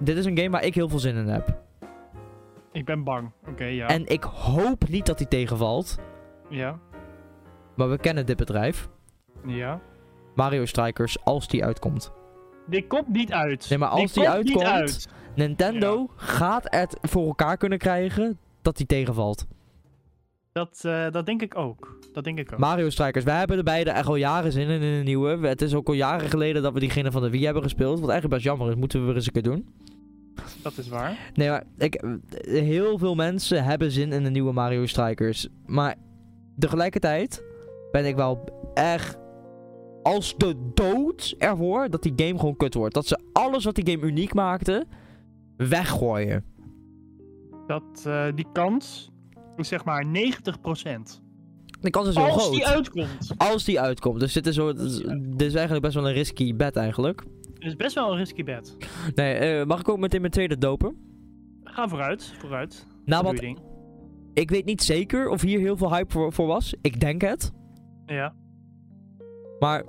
S1: Dit is een game waar ik heel veel zin in heb.
S2: Ik ben bang. Oké, ja.
S1: En ik hoop niet dat die tegenvalt.
S2: Ja.
S1: Maar we kennen dit bedrijf.
S2: Ja.
S1: Mario Strikers, als die uitkomt.
S2: Dit komt niet uit.
S1: Nee, maar
S2: Dit
S1: als die
S2: komt niet
S1: uitkomt-
S2: uit.
S1: Nintendo gaat het voor elkaar kunnen krijgen dat die tegenvalt.
S2: Dat, eh, dat denk ik ook. Dat denk ik ook.
S1: Mario Strikers, wij hebben er beide echt al jaren zin in, in een nieuwe. We- Het is ook al jaren geleden dat we diegene van de Wii hebben gespeeld. Wat eigenlijk best jammer is, moeten we weer eens een keer doen.
S2: Dat is waar.
S1: Nee, maar ik, heel veel mensen hebben zin in de nieuwe Mario Strikers. Maar tegelijkertijd ben ik wel echt als de dood ervoor dat die game gewoon kut wordt. Dat ze alles wat die game uniek maakte, weggooien.
S2: Dat, eh, die kans is zeg maar 90%.
S1: De kans is heel
S2: Als
S1: groot.
S2: die uitkomt.
S1: Als die uitkomt. Dus dit is, zo, dit is- dit is eigenlijk best wel een risky bet eigenlijk.
S2: Het is best wel een risky bet.
S1: Nee, eh, mag ik ook meteen mijn tweede dopen?
S2: Ga vooruit. Vooruit.
S1: Nou,
S2: Doe
S1: want
S2: je ding.
S1: ik weet niet zeker of hier heel veel hype voor, voor was. Ik denk het.
S2: Ja.
S1: Maar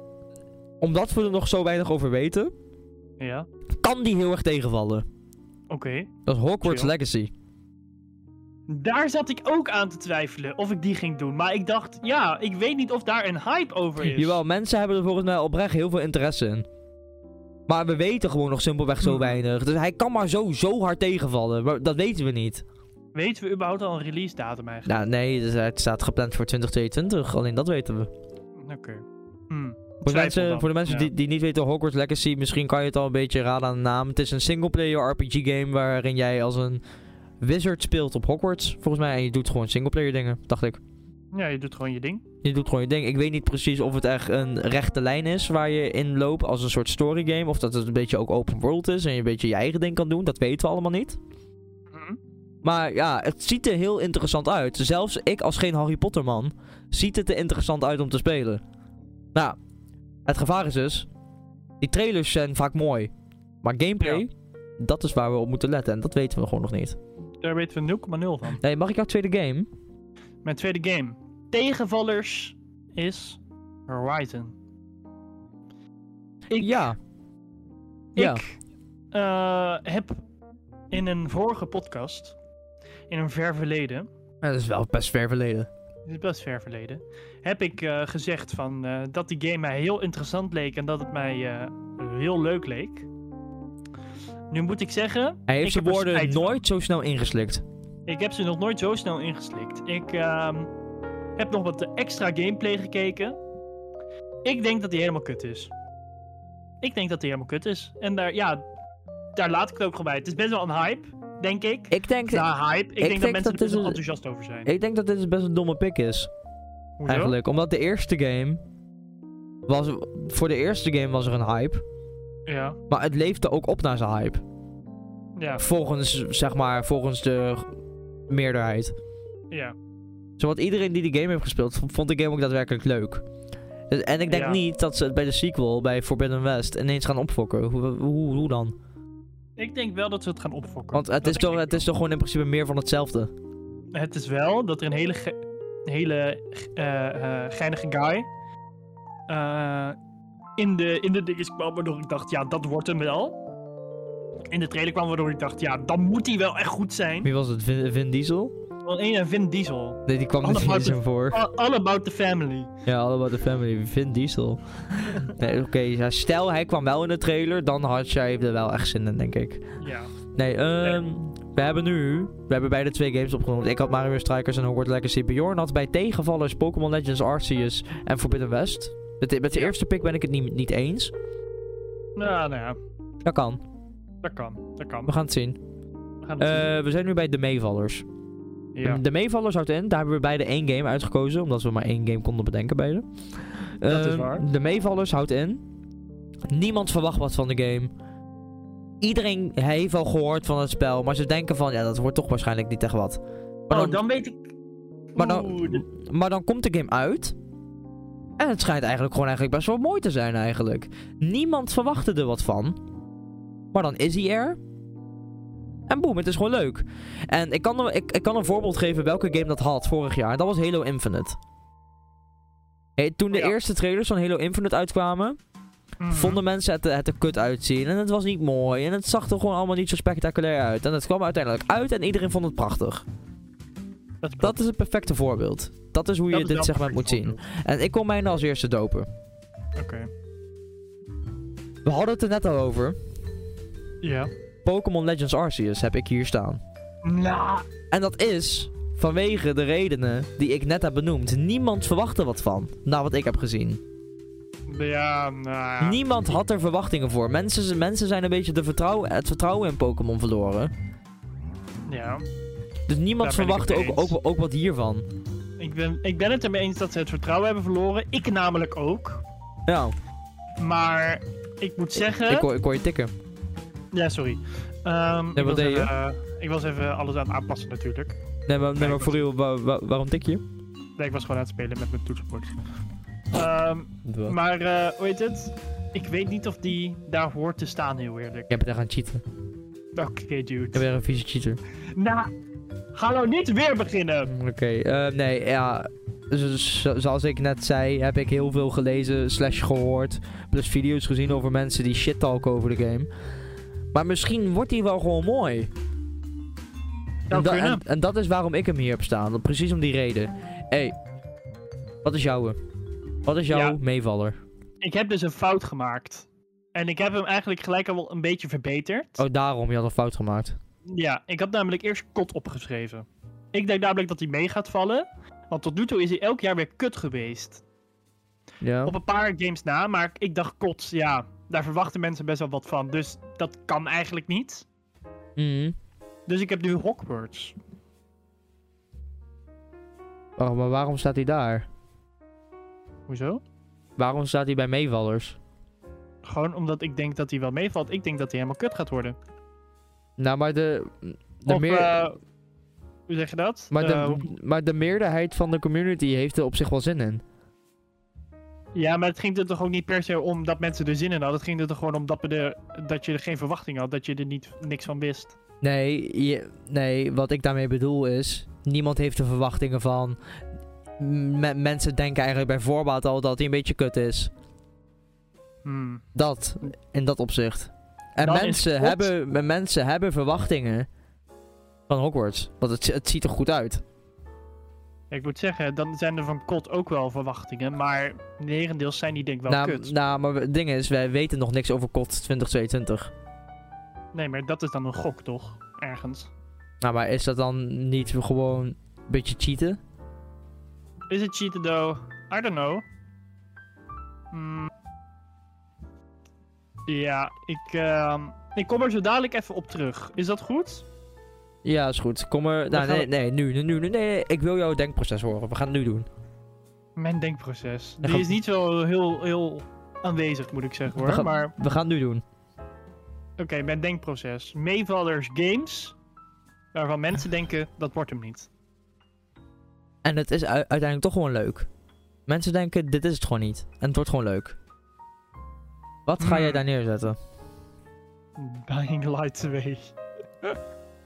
S1: omdat we er nog zo weinig over weten,
S2: Ja.
S1: kan die heel erg tegenvallen.
S2: Oké.
S1: Dat is Hogwarts
S2: Chill.
S1: Legacy.
S2: Daar zat ik ook aan te twijfelen of ik die ging doen. Maar ik dacht, ja, ik weet niet of daar een hype over is.
S1: Jawel, mensen hebben er volgens mij oprecht heel veel interesse in. Maar we weten gewoon nog simpelweg zo
S2: Hmm.
S1: weinig. Dus hij kan maar zo, zo hard tegenvallen. Maar dat weten we niet.
S2: Weten we überhaupt al een release datum eigenlijk?
S1: Nou, nee, dus het staat gepland voor 2022. Alleen dat weten we.
S2: Oké. Hmm.
S1: Nou. Voor de,
S2: Twijfel
S1: mensen,
S2: dan,
S1: voor de mensen
S2: ja.
S1: die, die niet weten Hogwarts Legacy, misschien kan je het al een beetje raden aan de naam. Het is een singleplayer RPG game waarin jij als een wizard speelt op Hogwarts, volgens mij. En je doet gewoon singleplayer dingen, dacht ik.
S2: Ja, je doet gewoon je ding.
S1: Je doet gewoon je ding. Ik weet niet precies of het echt een rechte lijn is waar je in loopt als een soort story game. Of dat het een beetje ook open world is en je een beetje je eigen ding kan doen. Dat weten we allemaal niet.
S2: Mhm.
S1: Maar ja, het ziet er heel interessant uit. Zelfs ik als geen Harry Potter man, ziet het er interessant uit om te spelen. Nou, het gevaar is dus, die trailers zijn vaak mooi. Maar gameplay, dat is waar we op moeten letten. En dat weten we gewoon nog niet.
S2: Daar weten we 0,0 van.
S1: Nee, mag ik jouw tweede game?
S2: Mijn tweede game. Tegenvallers is Horizon. Ik-
S1: Ja. Ja.
S2: Ik eh, heb in een vorige podcast, in een ver verleden,
S1: Dat is wel best ver verleden.
S2: Dit is best ver verleden. Heb ik eh, gezegd van, eh, dat die game mij heel interessant leek en dat het mij eh, heel leuk leek. Nu moet ik zeggen,
S1: Hij heeft
S2: Ik
S1: zijn
S2: heb er
S1: woorden
S2: spijt van.
S1: nooit zo snel ingeslikt.
S2: ik heb ze nog nooit zo snel ingeslikt. Ik ehm, heb nog wat extra gameplay gekeken. Ik denk dat die helemaal kut is. Ik denk dat die helemaal kut is. En daar, ja, daar laat ik het ook gewoon bij. Het is best wel een hype, denk ik.
S1: Ik denk,
S2: ja, hype. Ik, denk,
S1: denk
S2: dat
S1: dat
S2: mensen er
S1: dit
S2: best wel
S1: een-
S2: enthousiast over zijn.
S1: ik denk dat dit dus best een domme pik is.
S2: Hoezo?
S1: Eigenlijk, omdat de eerste game... Was, voor de eerste game was er een hype.
S2: Ja,
S1: Maar het leefde ook op naar zijn hype.
S2: ja,
S1: Volgens, zeg maar, volgens de meerderheid.
S2: ja.
S1: Zowat iedereen die de game heeft gespeeld, v- vond de game ook daadwerkelijk leuk. Dus- En ik denk
S2: Ja.
S1: niet dat ze het bij de sequel, bij Forbidden West, ineens gaan opfokken. Hoe, hoe, hoe dan?
S2: Ik denk wel dat ze het gaan opfokken.
S1: Want het
S2: Dat
S1: is,
S2: denk
S1: toch,
S2: ik
S1: het is toch gewoon in principe meer van hetzelfde.
S2: Het is wel dat er een hele, ge- hele eh, eh, geinige guy eh, in, de, in de dinges kwam waardoor ik dacht, ja, dat wordt hem wel. In de trailer kwam waardoor ik dacht, ja, dan moet hij wel echt goed zijn.
S1: Wie was het? Vin, Vin Diesel?
S2: Want één en Vin Diesel.
S1: Nee, die kwam
S2: Alle
S1: niet eens
S2: hype-
S1: in voor.
S2: All, all about the family.
S1: Ja, All About The Family, Vin Diesel. Nee, oké. ja, stel, hij kwam wel in de trailer, dan had jij er wel echt zin in, denk ik.
S2: Ja.
S1: Nee, ehm, we hebben nu... We hebben beide twee games opgenoemd. Ik had Mario Strikers en Hogwarts Legacy. Bjorn had bij tegenvallers Pokémon Legends Arceus en Forbidden West. Met, met de
S2: Ja.
S1: eerste pick ben ik het niet, niet eens.
S2: Nou, nou ja,
S1: Dat kan.
S2: dat kan. Dat kan.
S1: We gaan het zien.
S2: We gaan het
S1: Eh, we zijn nu bij de meevallers.
S2: zien. Ja,
S1: De meevallers houdt in. Daar hebben we beide één game uitgekozen. Omdat we maar één game konden bedenken beide.
S2: Dat is
S1: Ehm,
S2: waar.
S1: De meevallers houdt in. Niemand verwacht wat van de game. Iedereen heeft al gehoord van het spel. Maar ze denken van... Ja, dat wordt toch waarschijnlijk niet echt wat. Maar
S2: oh,
S1: dan-
S2: dan weet ik...
S1: Maar dan,
S2: Oeh, dit-
S1: maar dan komt de game uit. En het schijnt eigenlijk gewoon eigenlijk best wel mooi te zijn eigenlijk. Niemand verwachtte er wat van. Maar dan is hij er. En boem, het is gewoon leuk. En ik kan, er- ik, ik kan een voorbeeld geven welke game dat had vorig jaar. Dat was Halo Infinite. Hey, toen de
S2: Ja.
S1: eerste trailers van Halo Infinite uitkwamen,
S2: Mhm.
S1: vonden mensen het, het er kut uitzien. En het was niet mooi. En het zag er gewoon allemaal niet zo spectaculair uit. En het kwam uiteindelijk uit en iedereen vond het prachtig.
S2: dat, klopt.
S1: Dat is het perfecte voorbeeld. Dat is hoe
S2: Dat
S1: je
S2: is
S1: dit
S2: wel
S1: segment moet
S2: perfect
S1: zien.
S2: voorbeeld.
S1: En ik kon mij als eerste dopen.
S2: Oké.
S1: We hadden het er net al over.
S2: Ja.
S1: Pokémon Legends Arceus heb ik hier staan.
S2: Nou.
S1: En dat is vanwege de redenen die ik net heb benoemd. Niemand verwachtte wat van, na wat ik heb gezien.
S2: Ja, nou ja.
S1: Niemand had er verwachtingen voor. Mensen, mensen zijn een beetje de vertrouwen, het vertrouwen in Pokémon verloren.
S2: Ja.
S1: Dus niemand
S2: Daar ben ik het
S1: verwachtte
S2: mee
S1: ook,
S2: eens.
S1: ook, ook wat hiervan.
S2: Ik ben, ik ben het ermee eens dat ze het vertrouwen hebben verloren. Ik namelijk ook.
S1: Ja,
S2: Maar ik moet zeggen...
S1: ik, hoor, ik hoor je tikken.
S2: Ja, sorry. Ehm, ik,
S1: wat
S2: was
S1: deed je?
S2: even, eh, ik was even alles aan het aanpassen natuurlijk.
S1: Nee, maar, nee,
S2: Nee,
S1: maar
S2: ik
S1: voor real, wa- wa- waarom tik je?
S2: Nee, ik was gewoon aan het spelen met mijn toetsenbord. Ehm, maar, eh, hoe heet het? Ik weet niet of die daar hoort te staan, heel eerlijk.
S1: Jij bent echt aan het cheaten.
S2: Oké,
S1: Jij
S2: dude.
S1: bent echt een vieze cheater.
S2: Nou, ga nou niet weer beginnen!
S1: Oké, eh, nee, ja. zo- zo- Zoals ik net zei, heb ik heel veel gelezen, slash gehoord, plus video's gezien over mensen die shit talken over de game. Maar misschien wordt die wel gewoon mooi. en,
S2: Zou
S1: da-
S2: kunnen.
S1: en, en dat is waarom ik hem hier heb staan, precies om die reden. hey, wat is jouw? Wat is jouw
S2: Ja.
S1: meevaller?
S2: Ik heb dus een fout gemaakt. En ik heb hem eigenlijk gelijk al wel een beetje verbeterd.
S1: Oh, daarom, je had een fout gemaakt.
S2: Ja, ik had namelijk eerst kot opgeschreven. Ik denk namelijk dat hij mee gaat vallen. Want tot nu toe is hij elk jaar weer kut geweest.
S1: Ja.
S2: Op een paar games na, maar ik- ik dacht kot, ja. Daar verwachten mensen best wel wat van. Dus dat kan eigenlijk niet.
S1: Mhm.
S2: Dus ik heb nu Hogwarts.
S1: Oh, maar waarom staat hij daar?
S2: Hoezo?
S1: Waarom staat hij bij meevallers?
S2: Gewoon omdat ik denk dat hij wel meevalt. Ik denk dat hij helemaal kut gaat worden.
S1: Nou, maar de. de
S2: of,
S1: meer...
S2: eh, hoe zeg je dat?
S1: Maar de,
S2: Eh,
S1: maar de meerderheid van de community heeft er op zich wel zin in.
S2: Ja, maar het ging er toch ook niet per se om dat mensen er zin in hadden. Het ging er toch gewoon om dat, we er, dat je er geen verwachting had. Dat je er niet, niks van wist.
S1: Nee, je- nee, wat ik daarmee bedoel is... Niemand heeft de verwachtingen van... me- mensen denken eigenlijk bij voorbaat al dat hij een beetje kut is.
S2: Hmm.
S1: Dat, in dat opzicht. En
S2: Dan is
S1: mensen
S2: God-
S1: hebben, men- mensen hebben verwachtingen van Hogwarts. Want het, het ziet er goed uit.
S2: Ik moet zeggen, dan zijn er van kot ook wel verwachtingen. Maar negendeels zijn die denk ik wel
S1: Nou,
S2: kut.
S1: nou, maar het ding is, wij weten nog niks over COD 2022.
S2: Nee, maar dat is dan een gok toch? Ergens.
S1: Nou, maar is dat dan niet gewoon een beetje cheaten?
S2: Is het cheaten though? I don't know. Hmm. Ja, ik, ehm, ik kom er zo dadelijk even op terug. Is dat goed?
S1: Ja, is goed. Kom er. Nou,
S2: gaan
S1: nee, nee, nu, nu, nu, nee, nee. Ik wil jouw denkproces horen. We gaan het nu doen.
S2: Mijn denkproces.
S1: Dan
S2: Die
S1: gaan-
S2: is niet zo heel, heel aanwezig, moet ik zeggen hoor.
S1: Dan gaan-
S2: Maar
S1: We gaan het nu doen.
S2: Oké, mijn denkproces. Meevallers games. Waarvan mensen denken, dat wordt hem niet.
S1: En het is u- uiteindelijk toch gewoon leuk. Mensen denken, dit is het gewoon niet. En het wordt gewoon leuk. Wat ga jij
S2: Hmm.
S1: daar neerzetten?
S2: Dying Light 2.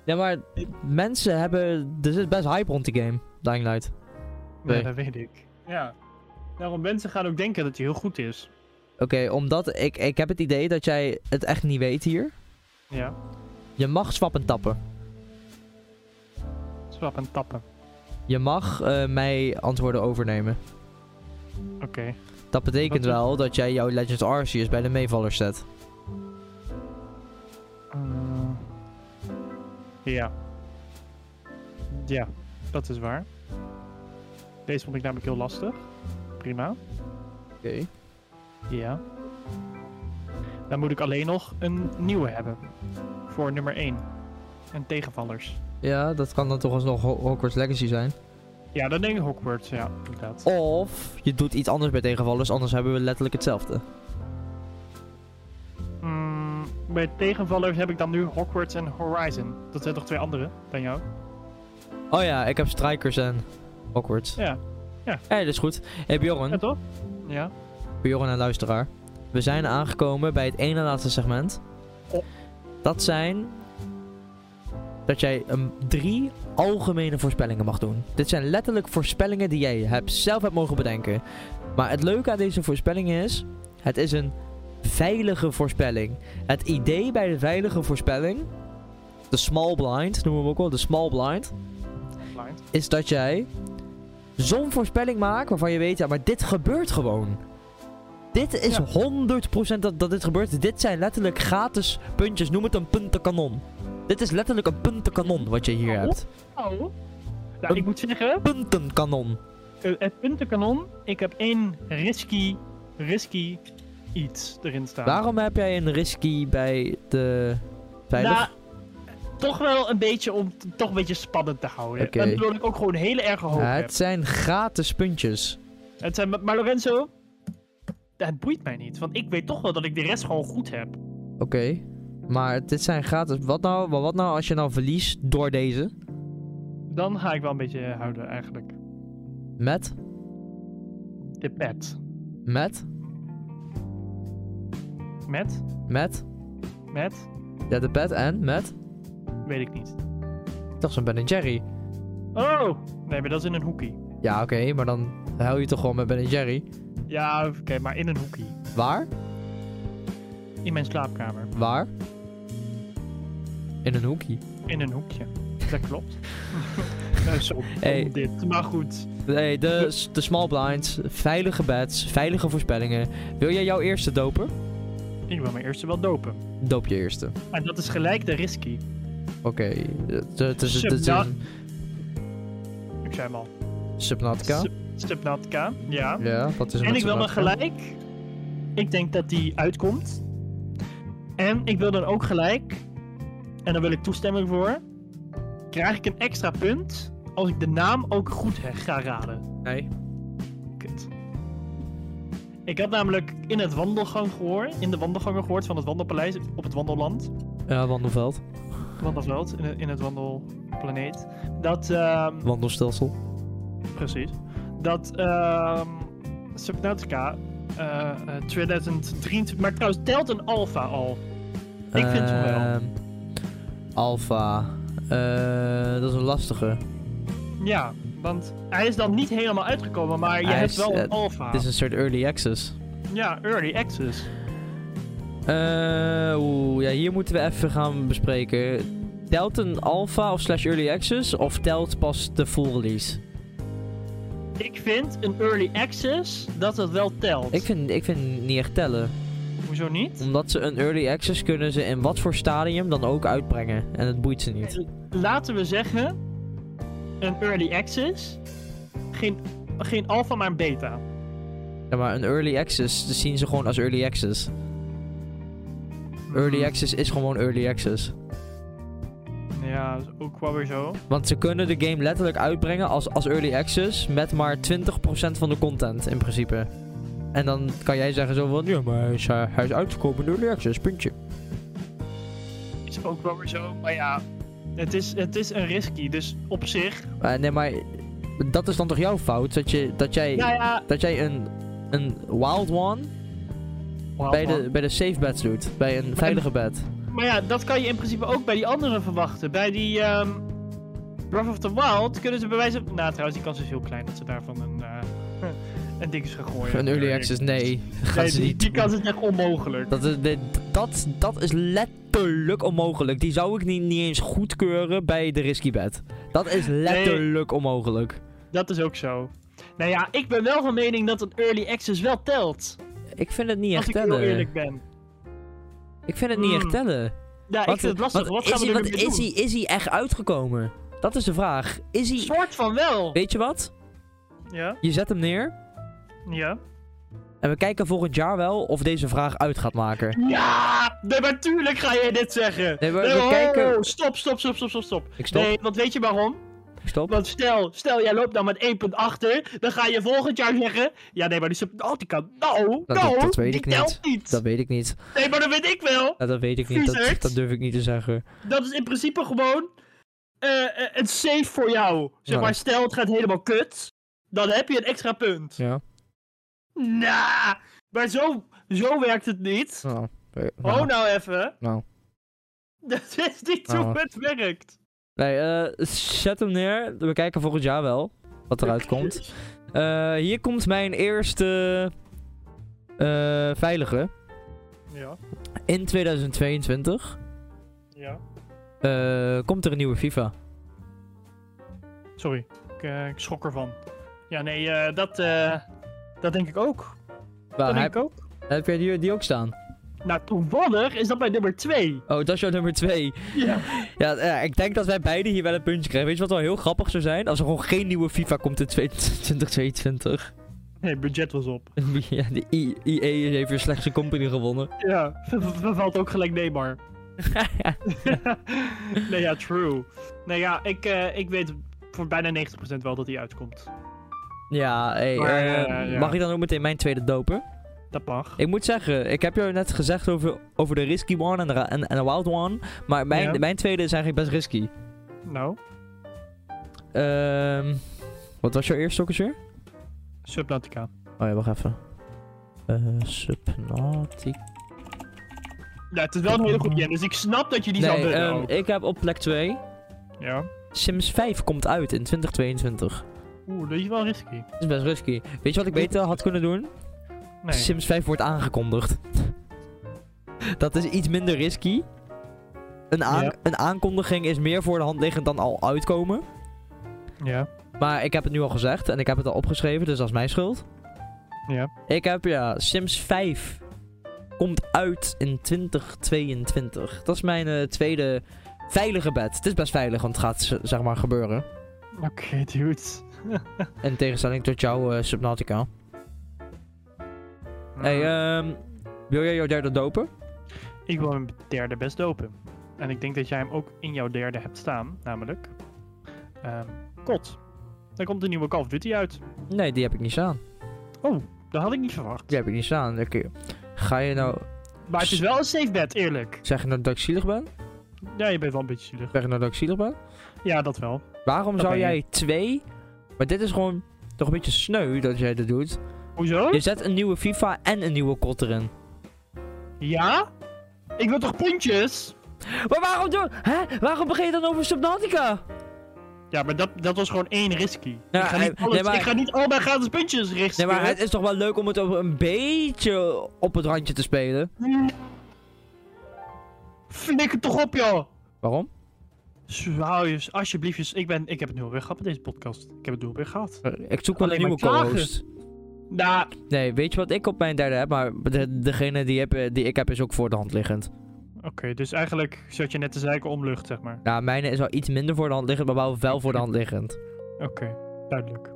S1: Ja, maar mensen hebben... Er zit best hype rond die game. Dying Light.
S2: Nee,
S1: Nee.
S2: dat weet ik. Ja. Daarom mensen gaan ook denken dat hij heel goed is.
S1: Oké, omdat ik, ik heb het idee dat jij het echt niet weet hier.
S2: Ja.
S1: Je mag swappen tappen.
S2: Swap en tappen.
S1: Je mag eh, mij antwoorden overnemen.
S2: Oké.
S1: Dat betekent
S2: Wat-
S1: wel dat jij jouw Legends Arceus bij de meevallers zet.
S2: Mm. Ja. Ja, dat is waar. Deze vond ik namelijk heel lastig. Prima.
S1: Oké.
S2: Ja. Dan moet ik alleen nog een nieuwe hebben. Voor nummer 1. En tegenvallers.
S1: Ja, dat kan dan toch alsnog Ho- Hogwarts Legacy zijn.
S2: Ja, dan denk ik Hogwarts, ja, inderdaad.
S1: Of je doet iets anders bij tegenvallers, anders hebben we letterlijk hetzelfde.
S2: Mm, bij tegenvallers heb ik dan nu Hogwarts en Horizon. Dat zijn toch twee andere dan jou?
S1: Oh ja, ik heb Strikers en Hogwarts.
S2: Ja.
S1: Hé, dat is goed. Hé hey
S2: Ja,
S1: Bjorn,
S2: toch? Ja.
S1: Bjorn en luisteraar. We zijn aangekomen bij het ene laatste segment.
S2: Oh.
S1: Dat zijn dat jij een, drie algemene voorspellingen mag doen. Dit zijn letterlijk voorspellingen die jij hebt, zelf hebt mogen bedenken. Maar het leuke aan deze voorspellingen is, het is een veilige voorspelling. Het idee bij de veilige voorspelling, de small blind, noemen we hem ook wel, de small blind
S2: Blind.
S1: is dat jij zo'n voorspelling maakt waarvan je weet, ja, maar dit gebeurt gewoon. Dit is
S2: Ja.
S1: 100% dat, dat dit gebeurt. Dit zijn letterlijk gratis puntjes. Noem het een puntenkanon. Dit is letterlijk een puntenkanon wat je hier
S2: Oh.
S1: hebt.
S2: Oh. Nou, ik moet zeggen,
S1: Puntenkanon.
S2: eh, het puntenkanon, ik heb één risky, risky iets erin staan.
S1: Waarom heb jij een risky bij de veilig?
S2: Nou, toch wel een beetje om t- toch een beetje spannend te houden.
S1: Oké.
S2: En bedoel ik ook gewoon hele erg hoop
S1: Ja,
S2: heb.
S1: het zijn gratis puntjes.
S2: Het zijn, maar Lorenzo, het boeit mij niet. Want ik weet toch wel dat ik de rest gewoon goed heb.
S1: Oké. Maar dit zijn gratis. Wat nou, maar wat nou als je nou verliest door deze?
S2: Dan ga ik wel een beetje houden eigenlijk.
S1: Met?
S2: De pet.
S1: Met?
S2: Met?
S1: Met?
S2: Met?
S1: Ja, de pet en? Met?
S2: Weet ik niet.
S1: Toch zo'n Ben Jerry.
S2: Oh! Nee, maar dat is in een hoekie.
S1: Ja, oké, maar dan huil je toch gewoon met Ben Jerry.
S2: Ja, oké, maar in een hoekie.
S1: Waar?
S2: In mijn slaapkamer.
S1: Waar? In een hoekje.
S2: In een hoekje. Dat klopt. Eh, Zo,
S1: Hey.
S2: hey. dit. Maar goed.
S1: Nee, de, de small blinds, veilige bets, veilige voorspellingen. Wil jij jouw eerste dopen?
S2: Ik wil mijn eerste wel dopen.
S1: Doop je eerste.
S2: En dat is gelijk de risky.
S1: Oké. het- Het is het is
S2: Subna-
S1: een
S2: Ik zei hem al.
S1: Subnautica.
S2: Sub- Subnautica, ja.
S1: Ja, wat is er
S2: En
S1: met
S2: ik wil me
S1: Subnautica?
S2: gelijk. Ik denk dat die uitkomt. En ik wil dan ook gelijk. En daar wil ik toestemming voor. Krijg ik een extra punt als ik de naam ook goed he- ga raden.
S1: Nee.
S2: Kut. Ik had namelijk in het wandelgang gehoord, in de wandelgangen gehoord van het wandelpaleis op het wandelland.
S1: Ja, Wandelveld.
S2: Wandelveld, in het, in het wandelplaneet. Dat, ehm,
S1: Wandelstelsel.
S2: Precies. Dat ehm Subnautica eh, eh, 2023... Maar trouwens, telt een alfa al? Ik vind het wel.
S1: Ehm, Alpha. Eh, dat is een lastige.
S2: Ja, want hij is dan niet helemaal uitgekomen, maar je
S1: Hij
S2: hebt
S1: is,
S2: wel een
S1: eh,
S2: alfa.
S1: Dit is een soort early access.
S2: Ja, early access.
S1: Eh, oeh, ja, hier moeten we even gaan bespreken. Telt een alpha of slash early access of telt pas de full release?
S2: Ik vind een early access dat het wel telt.
S1: Ik vind, ik vind niet echt tellen.
S2: Hoezo niet?
S1: Omdat ze een early access kunnen ze in wat voor stadium dan ook uitbrengen. En het boeit ze niet.
S2: Laten we zeggen, een early access, geen, geen alfa, maar een beta.
S1: Ja, maar een early access dat zien ze gewoon als early access.
S2: Mm. Hmm.
S1: Early access is gewoon early access.
S2: Ja, dat is ook wel weer zo.
S1: Want ze kunnen de game letterlijk uitbrengen als, als early access met maar 20% van de content in principe. En dan kan jij zeggen zo van, ja maar hij is, eh, hij is uitgekomen in early access, puntje.
S2: is ook wel weer zo. Maar ja, het is, het is een risky. Dus op zich.
S1: Eh, nee, maar dat is dan toch jouw fout? Dat, je, dat, jij,
S2: Nou ja,
S1: dat jij een, een wild one bij, de, bij de safe beds doet. Bij een veilige bed.
S2: Maar ja, dat kan je in principe ook bij die anderen verwachten. Bij die ehm, Breath of the Wild kunnen ze bewijzen. Nou, trouwens, die kans is heel klein dat ze daarvan een, eh, een ding is gaan gooien.
S1: Een early access, nee. Gaan
S2: Nee,
S1: ze
S2: die,
S1: niet
S2: die
S1: doen.
S2: kans is echt onmogelijk.
S1: dat, is, dit- dat, dat is letterlijk onmogelijk. Die zou ik niet, niet eens goedkeuren bij de risky bed. Dat is letterlijk onmogelijk.
S2: Dat is ook zo. Nou ja, ik ben wel van mening dat een early access wel telt.
S1: Ik vind het niet
S2: als
S1: echt
S2: ik heel
S1: tellen.
S2: eerlijk ben.
S1: Ik vind het niet echt
S2: Mm.
S1: tellen.
S2: Ja, ik
S1: Wat-
S2: vind het lastig.
S1: want
S2: Wat gaan
S1: is
S2: we
S1: hij-
S2: er
S1: want
S2: nu mee
S1: is
S2: doen?
S1: hij- Is hij echt uitgekomen? Dat is de vraag. Is hij...
S2: Soort van wel.
S1: Weet je wat?
S2: Ja,
S1: Je zet hem neer.
S2: ja.
S1: En we kijken volgend jaar wel of deze vraag uit gaat maken.
S2: Ja, nee, maar tuurlijk ga jij dit zeggen.
S1: Nee, we- we
S2: Nee, ho,
S1: kijken-
S2: Stop, stop, stop, stop, stop, stop.
S1: Ik stop,
S2: Nee, want weet je waarom?
S1: ik stop.
S2: Want stel, stel jij loopt dan met 1.8, achter, dan ga je volgend jaar zeggen... Ja, nee, maar die subnautica, nou,
S1: dat-
S2: nou,
S1: dat weet
S2: die
S1: ik niet.
S2: telt niet.
S1: Dat weet ik niet.
S2: Nee, maar dat weet ik wel.
S1: Ja, dat weet ik niet. Dat,
S2: Viezerd.
S1: dat durf ik niet te zeggen.
S2: Dat is in principe gewoon eh, eh, een safe voor jou. Zeg
S1: Ja.
S2: maar, stel het gaat helemaal kut, dan heb je een extra punt.
S1: Ja.
S2: Nou, maar zo, zo werkt het niet.
S1: Nou, eh,
S2: Oh,
S1: nou.
S2: nou even.
S1: Nou.
S2: Dat is niet
S1: Nou.
S2: hoe het werkt.
S1: Nee, eh, zet hem neer. We kijken volgend jaar wel wat eruit komt. Eh, hier komt mijn eerste eh, veilige.
S2: Ja,
S1: In 2022
S2: ja.
S1: eh, komt er een nieuwe FIFA.
S2: Sorry, ik, eh, ik schrok ervan. Ja, nee, eh, dat, eh, dat denk ik ook.
S1: Waar,
S2: dat denk
S1: heb,
S2: ik ook.
S1: heb jij die, die ook staan?
S2: Nou, toevallig is dat bij nummer 2.
S1: Oh, dat is jouw nummer 2.
S2: Ja.
S1: Ja, eh, ik denk dat wij beide hier wel een puntje krijgen. Weet je wat wel heel grappig zou zijn? Als er gewoon geen nieuwe FIFA komt in 2022.
S2: Nee, budget was op.
S1: ja, de I- EA heeft weer slechts een company gewonnen.
S2: Ja, vervalt ook gelijk Neymar. nee, ja, true. Nee, ja, ik, eh, ik weet voor bijna 90% wel dat hij uitkomt.
S1: Ja, hey,
S2: Maar,
S1: eh,
S2: eh, ja.
S1: mag ik dan ook meteen mijn tweede dopen?
S2: Dat mag.
S1: Ik moet zeggen, ik heb jou net gezegd over, over de risky one en de, ra- en, en de wild one. Maar mijn,
S2: Ja.
S1: mijn tweede is eigenlijk best risky.
S2: Nou,
S1: Ehm, wat was jouw eerste ook eens weer?
S2: Subnautica.
S1: Oh ja, wacht even. Eh, Subnautica.
S2: Ja, het is wel een hele goede game, dus ik snap dat je die zou
S1: Nee,
S2: willen
S1: ehm,
S2: ook.
S1: ik heb op plek 2.
S2: Ja.
S1: Sims 5 komt uit in 2022.
S2: Oeh, dat is wel risky.
S1: Dat is best risky. Weet je wat ik beter had kunnen doen?
S2: Nee.
S1: Sims 5 wordt aangekondigd. dat is iets minder risky. Een, aan-
S2: Ja.
S1: een aankondiging is meer voor de hand liggend dan al uitkomen.
S2: ja.
S1: Maar ik heb het nu al gezegd en ik heb het al opgeschreven, dus dat is mijn schuld.
S2: Ja.
S1: Ik heb, ja, Sims 5 komt uit in 2022. Dat is mijn eh, tweede veilige bed. Het is best veilig, want het gaat, z- zeg maar, gebeuren.
S2: Oké, dude.
S1: In tegenstelling tot jouw eh, Subnautica. hey, ehm, wil jij jouw derde dopen?
S2: Ik wil mijn derde best dopen. En ik denk dat jij hem ook in jouw derde hebt staan, namelijk. ehm kot. Daar komt een nieuwe Call of Duty uit.
S1: Nee, die heb ik niet staan.
S2: Dat had ik niet verwacht.
S1: Die heb ik niet staan. Oké. Ga je nou
S2: Maar het is wel een safe bet, eerlijk.
S1: zeggen dat ik zielig ben?
S2: Ja, je bent wel een beetje zielig.
S1: Zeggen dat ik zielig ben?
S2: Ja, dat wel.
S1: Waarom
S2: Dat
S1: zou
S2: ben je.
S1: jij twee... Maar dit is gewoon toch een beetje sneu dat jij dat doet.
S2: Hoezo?
S1: Je zet een nieuwe FIFA en een nieuwe kot erin.
S2: Ja? Ik wil toch puntjes?
S1: Maar waarom, doe, hè? waarom begin je dan over Subnautica?
S2: Ja, maar dat, dat was gewoon één risky.
S1: Ja,
S2: ik, ga
S1: hij-
S2: niet alles,
S1: nee, maar-
S2: ik ga niet allemaal gratis puntjes richten.
S1: Nee, maar het is toch wel leuk om het over een beetje op het randje te spelen.
S2: Flikker toch op, joh!
S1: Waarom?
S2: Zo, Hou je, alsjeblieft. eens- Ik, ben, ik heb het nu alweer gehad met deze podcast. Ik heb het nu alweer gehad.
S1: Ik zoek wel een
S2: Alleen
S1: nieuwe
S2: maar klagen.
S1: co-host.
S2: Nou,
S1: Nee, weet je wat ik op mijn derde heb? Maar de- degene die, heb, eh, die ik heb is ook voor de hand liggend.
S2: Oké, dus eigenlijk zat je net te zeiken om lucht, zeg maar.
S1: Nou, mijne is wel iets minder voor de hand liggend, maar wel, wel voor de hand liggend.
S2: Oké, duidelijk.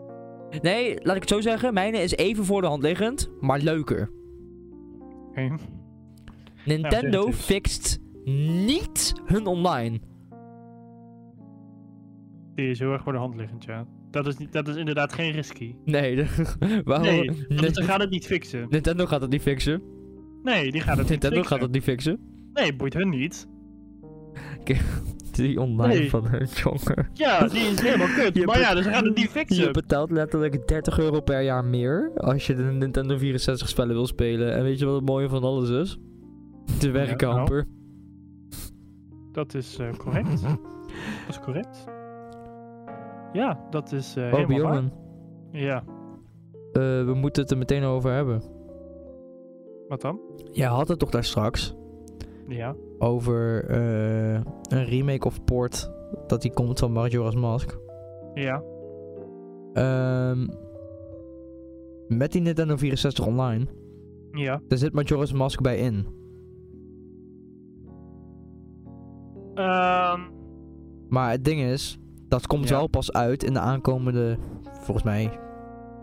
S1: Nee, laat ik het zo zeggen. Mijne is even voor de hand liggend, maar leuker.
S2: Oké.
S1: Nintendo
S2: zeg het eens.
S1: fixt niet hun online.
S2: Die is heel erg voor de hand liggend, ja. Dat is, niet, dat is inderdaad geen risky.
S1: Nee, waarom?
S2: Nee, dat is-
S1: Nee.
S2: ze gaan het niet fixen.
S1: Nintendo gaat het niet fixen.
S2: Nee, die gaan het niet
S1: Nintendo
S2: fixen.
S1: gaat dat niet fixen.
S2: Nee, boeit hun niet.
S1: Die online
S2: Nee.
S1: van hun jongen.
S2: Ja, die is helemaal kut.
S1: Je
S2: maar
S1: be-
S2: ja, dus ze gaan het niet fixen.
S1: Je betaalt letterlijk 30 euro per jaar meer als je de Nintendo 64 spellen wil spelen. En weet je wat het mooie van alles is? De werken
S2: nou.
S1: amper.
S2: Dat is eh,
S1: Oh,
S2: correct. Dat is correct. Ja, dat is eh
S1: Oh,
S2: helemaal waar.
S1: jongen.
S2: Ja,
S1: eh, we moeten het er meteen over hebben.
S2: wat dan?
S1: Jij had het toch daar straks
S2: Ja.
S1: over eh, een remake of port dat die komt van Majora's Mask.
S2: Ja.
S1: Ehm, met die Nintendo 64 online,
S2: Ja.
S1: daar zit Majora's Mask bij in.
S2: Ehm,
S1: Maar het ding is, dat komt
S2: Ja.
S1: wel pas uit in de aankomende, volgens mij,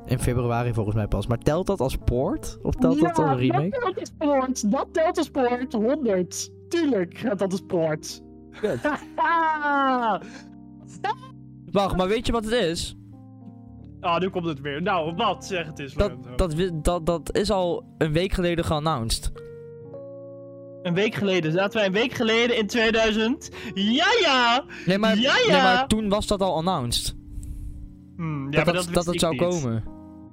S1: in februari volgens mij pas. Maar telt dat als port? Of telt dat als remake?
S2: Dat is sport. Dat telt als sport. 100. Tuurlijk gaat dat als Ah, sport.
S1: Kut. Wacht, maar weet je wat het is?
S2: Ah, nu komt het weer. Nou, wat? Zeg het eens.
S1: Dat,
S2: Lorenzo.
S1: dat, wi- dat, dat is al een week geleden geannounced.
S2: Een week geleden. Zaten wij een week geleden in 2000? Ja, ja!
S1: Nee, maar,
S2: Ja,
S1: Nee,
S2: ja.
S1: maar toen was dat al announced.
S2: Hmm, ja,
S1: dat
S2: maar
S1: dat,
S2: wist
S1: dat het
S2: ik
S1: zou
S2: niet.
S1: komen.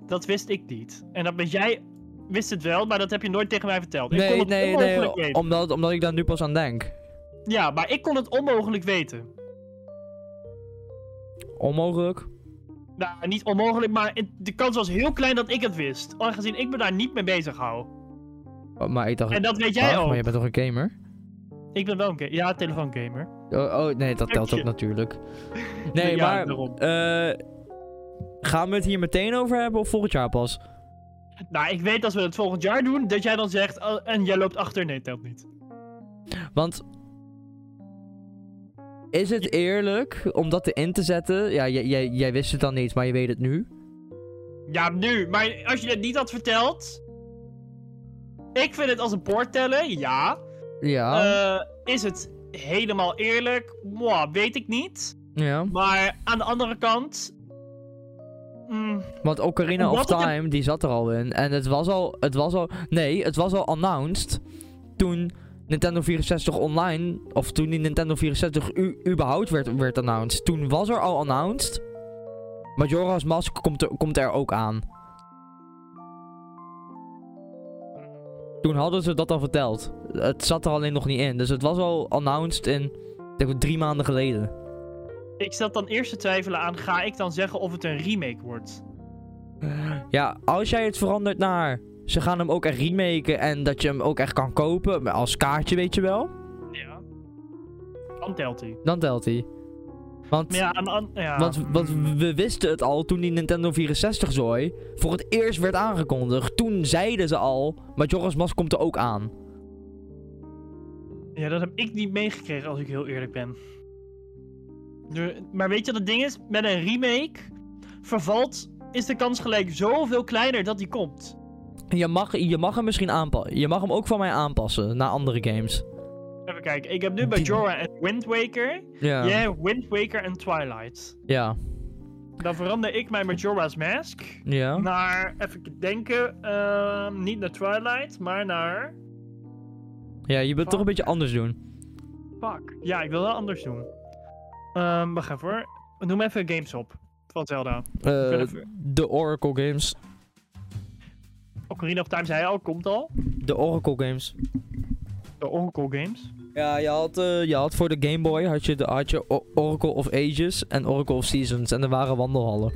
S2: Dat wist ik niet. En dat ben jij... Wist het wel, maar dat heb je nooit tegen mij verteld. ik kon
S1: Nee,
S2: het
S1: nee,
S2: onmogelijk
S1: nee.
S2: weten.
S1: Omdat, omdat ik daar nu pas aan denk.
S2: Ja, maar ik kon het onmogelijk weten.
S1: onmogelijk.
S2: Nou, niet onmogelijk, maar het- de kans was heel klein dat ik het wist. Aangezien ik me daar niet mee bezig hou.
S1: Oh, Maar ik dacht...
S2: En dat weet jij
S1: Ah,
S2: ook.
S1: Maar je bent toch een gamer?
S2: Ik ben wel een gamer. Ja, telefoongamer.
S1: Oh, oh, nee, dat telt ook
S2: je.
S1: natuurlijk. Nee,
S2: Ja,
S1: maar...
S2: daarom.
S1: eh, gaan we het hier meteen over hebben of volgend jaar pas?
S2: Nou, ik weet als we het volgend jaar doen, dat jij dan zegt, oh, en jij loopt achter. Nee, telt niet.
S1: Want... Is het eerlijk om dat erin te zetten? Ja, jij, jij, jij wist het dan niet, maar je weet het nu.
S2: Ja, nu. Maar als je het niet had verteld... Ik vind het als een poort tellen, ja.
S1: Ja,
S2: Eh, is het helemaal eerlijk? Mwah, weet ik niet.
S1: ja.
S2: Maar aan de andere kant... mm,
S1: Want Ocarina of
S2: Omdat het een-
S1: Time, die zat er al in. En het was al, het was al... Nee, het was al announced toen Nintendo 64 online... Of toen die Nintendo 64 u, überhaupt werd, werd announced. Toen was er al announced. Majora's Mask komt er, komt er ook aan. Toen hadden ze dat al verteld. Het zat er alleen nog niet in. Dus het was al announced in... ik Denk drie maanden geleden.
S2: ik zat dan eerst te twijfelen aan, ga ik dan zeggen of het een remake wordt?
S1: Ja, als jij het verandert naar. Ze gaan hem ook echt remaken en dat je hem ook echt kan kopen. maar Als kaartje, weet je wel.
S2: Ja. Dan telt hij.
S1: Dan telt hij. Want,
S2: Maar ja, aan de an- ja.
S1: want, want we wisten het al toen die Nintendo 64 zooi voor het eerst werd aangekondigd. Toen zeiden ze al, Majora's Mask komt er ook aan.
S2: Ja, dat heb ik niet meegekregen als ik heel eerlijk ben. Nu- Maar weet je wat het ding is? Met een remake vervalt, is de kans gelijk zoveel kleiner dat die komt.
S1: Je mag, je mag hem misschien aanpassen. Je mag hem ook van mij aanpassen naar andere games.
S2: Even kijken, ik heb nu bij
S1: Die-
S2: Jorah en Wind Waker.
S1: Ja.
S2: Jij hebt Wind Waker en Twilight.
S1: Ja.
S2: Dan verander ik mijn Majora's Mask
S1: Ja.
S2: naar, even denken, ehm, niet naar Twilight, maar naar...
S1: Ja, je wilt toch een beetje anders doen.
S2: Fuck. Ja, ik wil wel anders doen. Ehm wacht even hoor. Noem even games op van Zelda.
S1: Eh,
S2: even-
S1: de Oracle Games.
S2: Ocarina of Time zei je al, komt al.
S1: De Oracle Games.
S2: De Oracle Games.
S1: Ja, je had, eh, je had voor de Game Boy had je, de, had je O- Oracle of Ages en Oracle of Seasons. En er waren wandelhallen.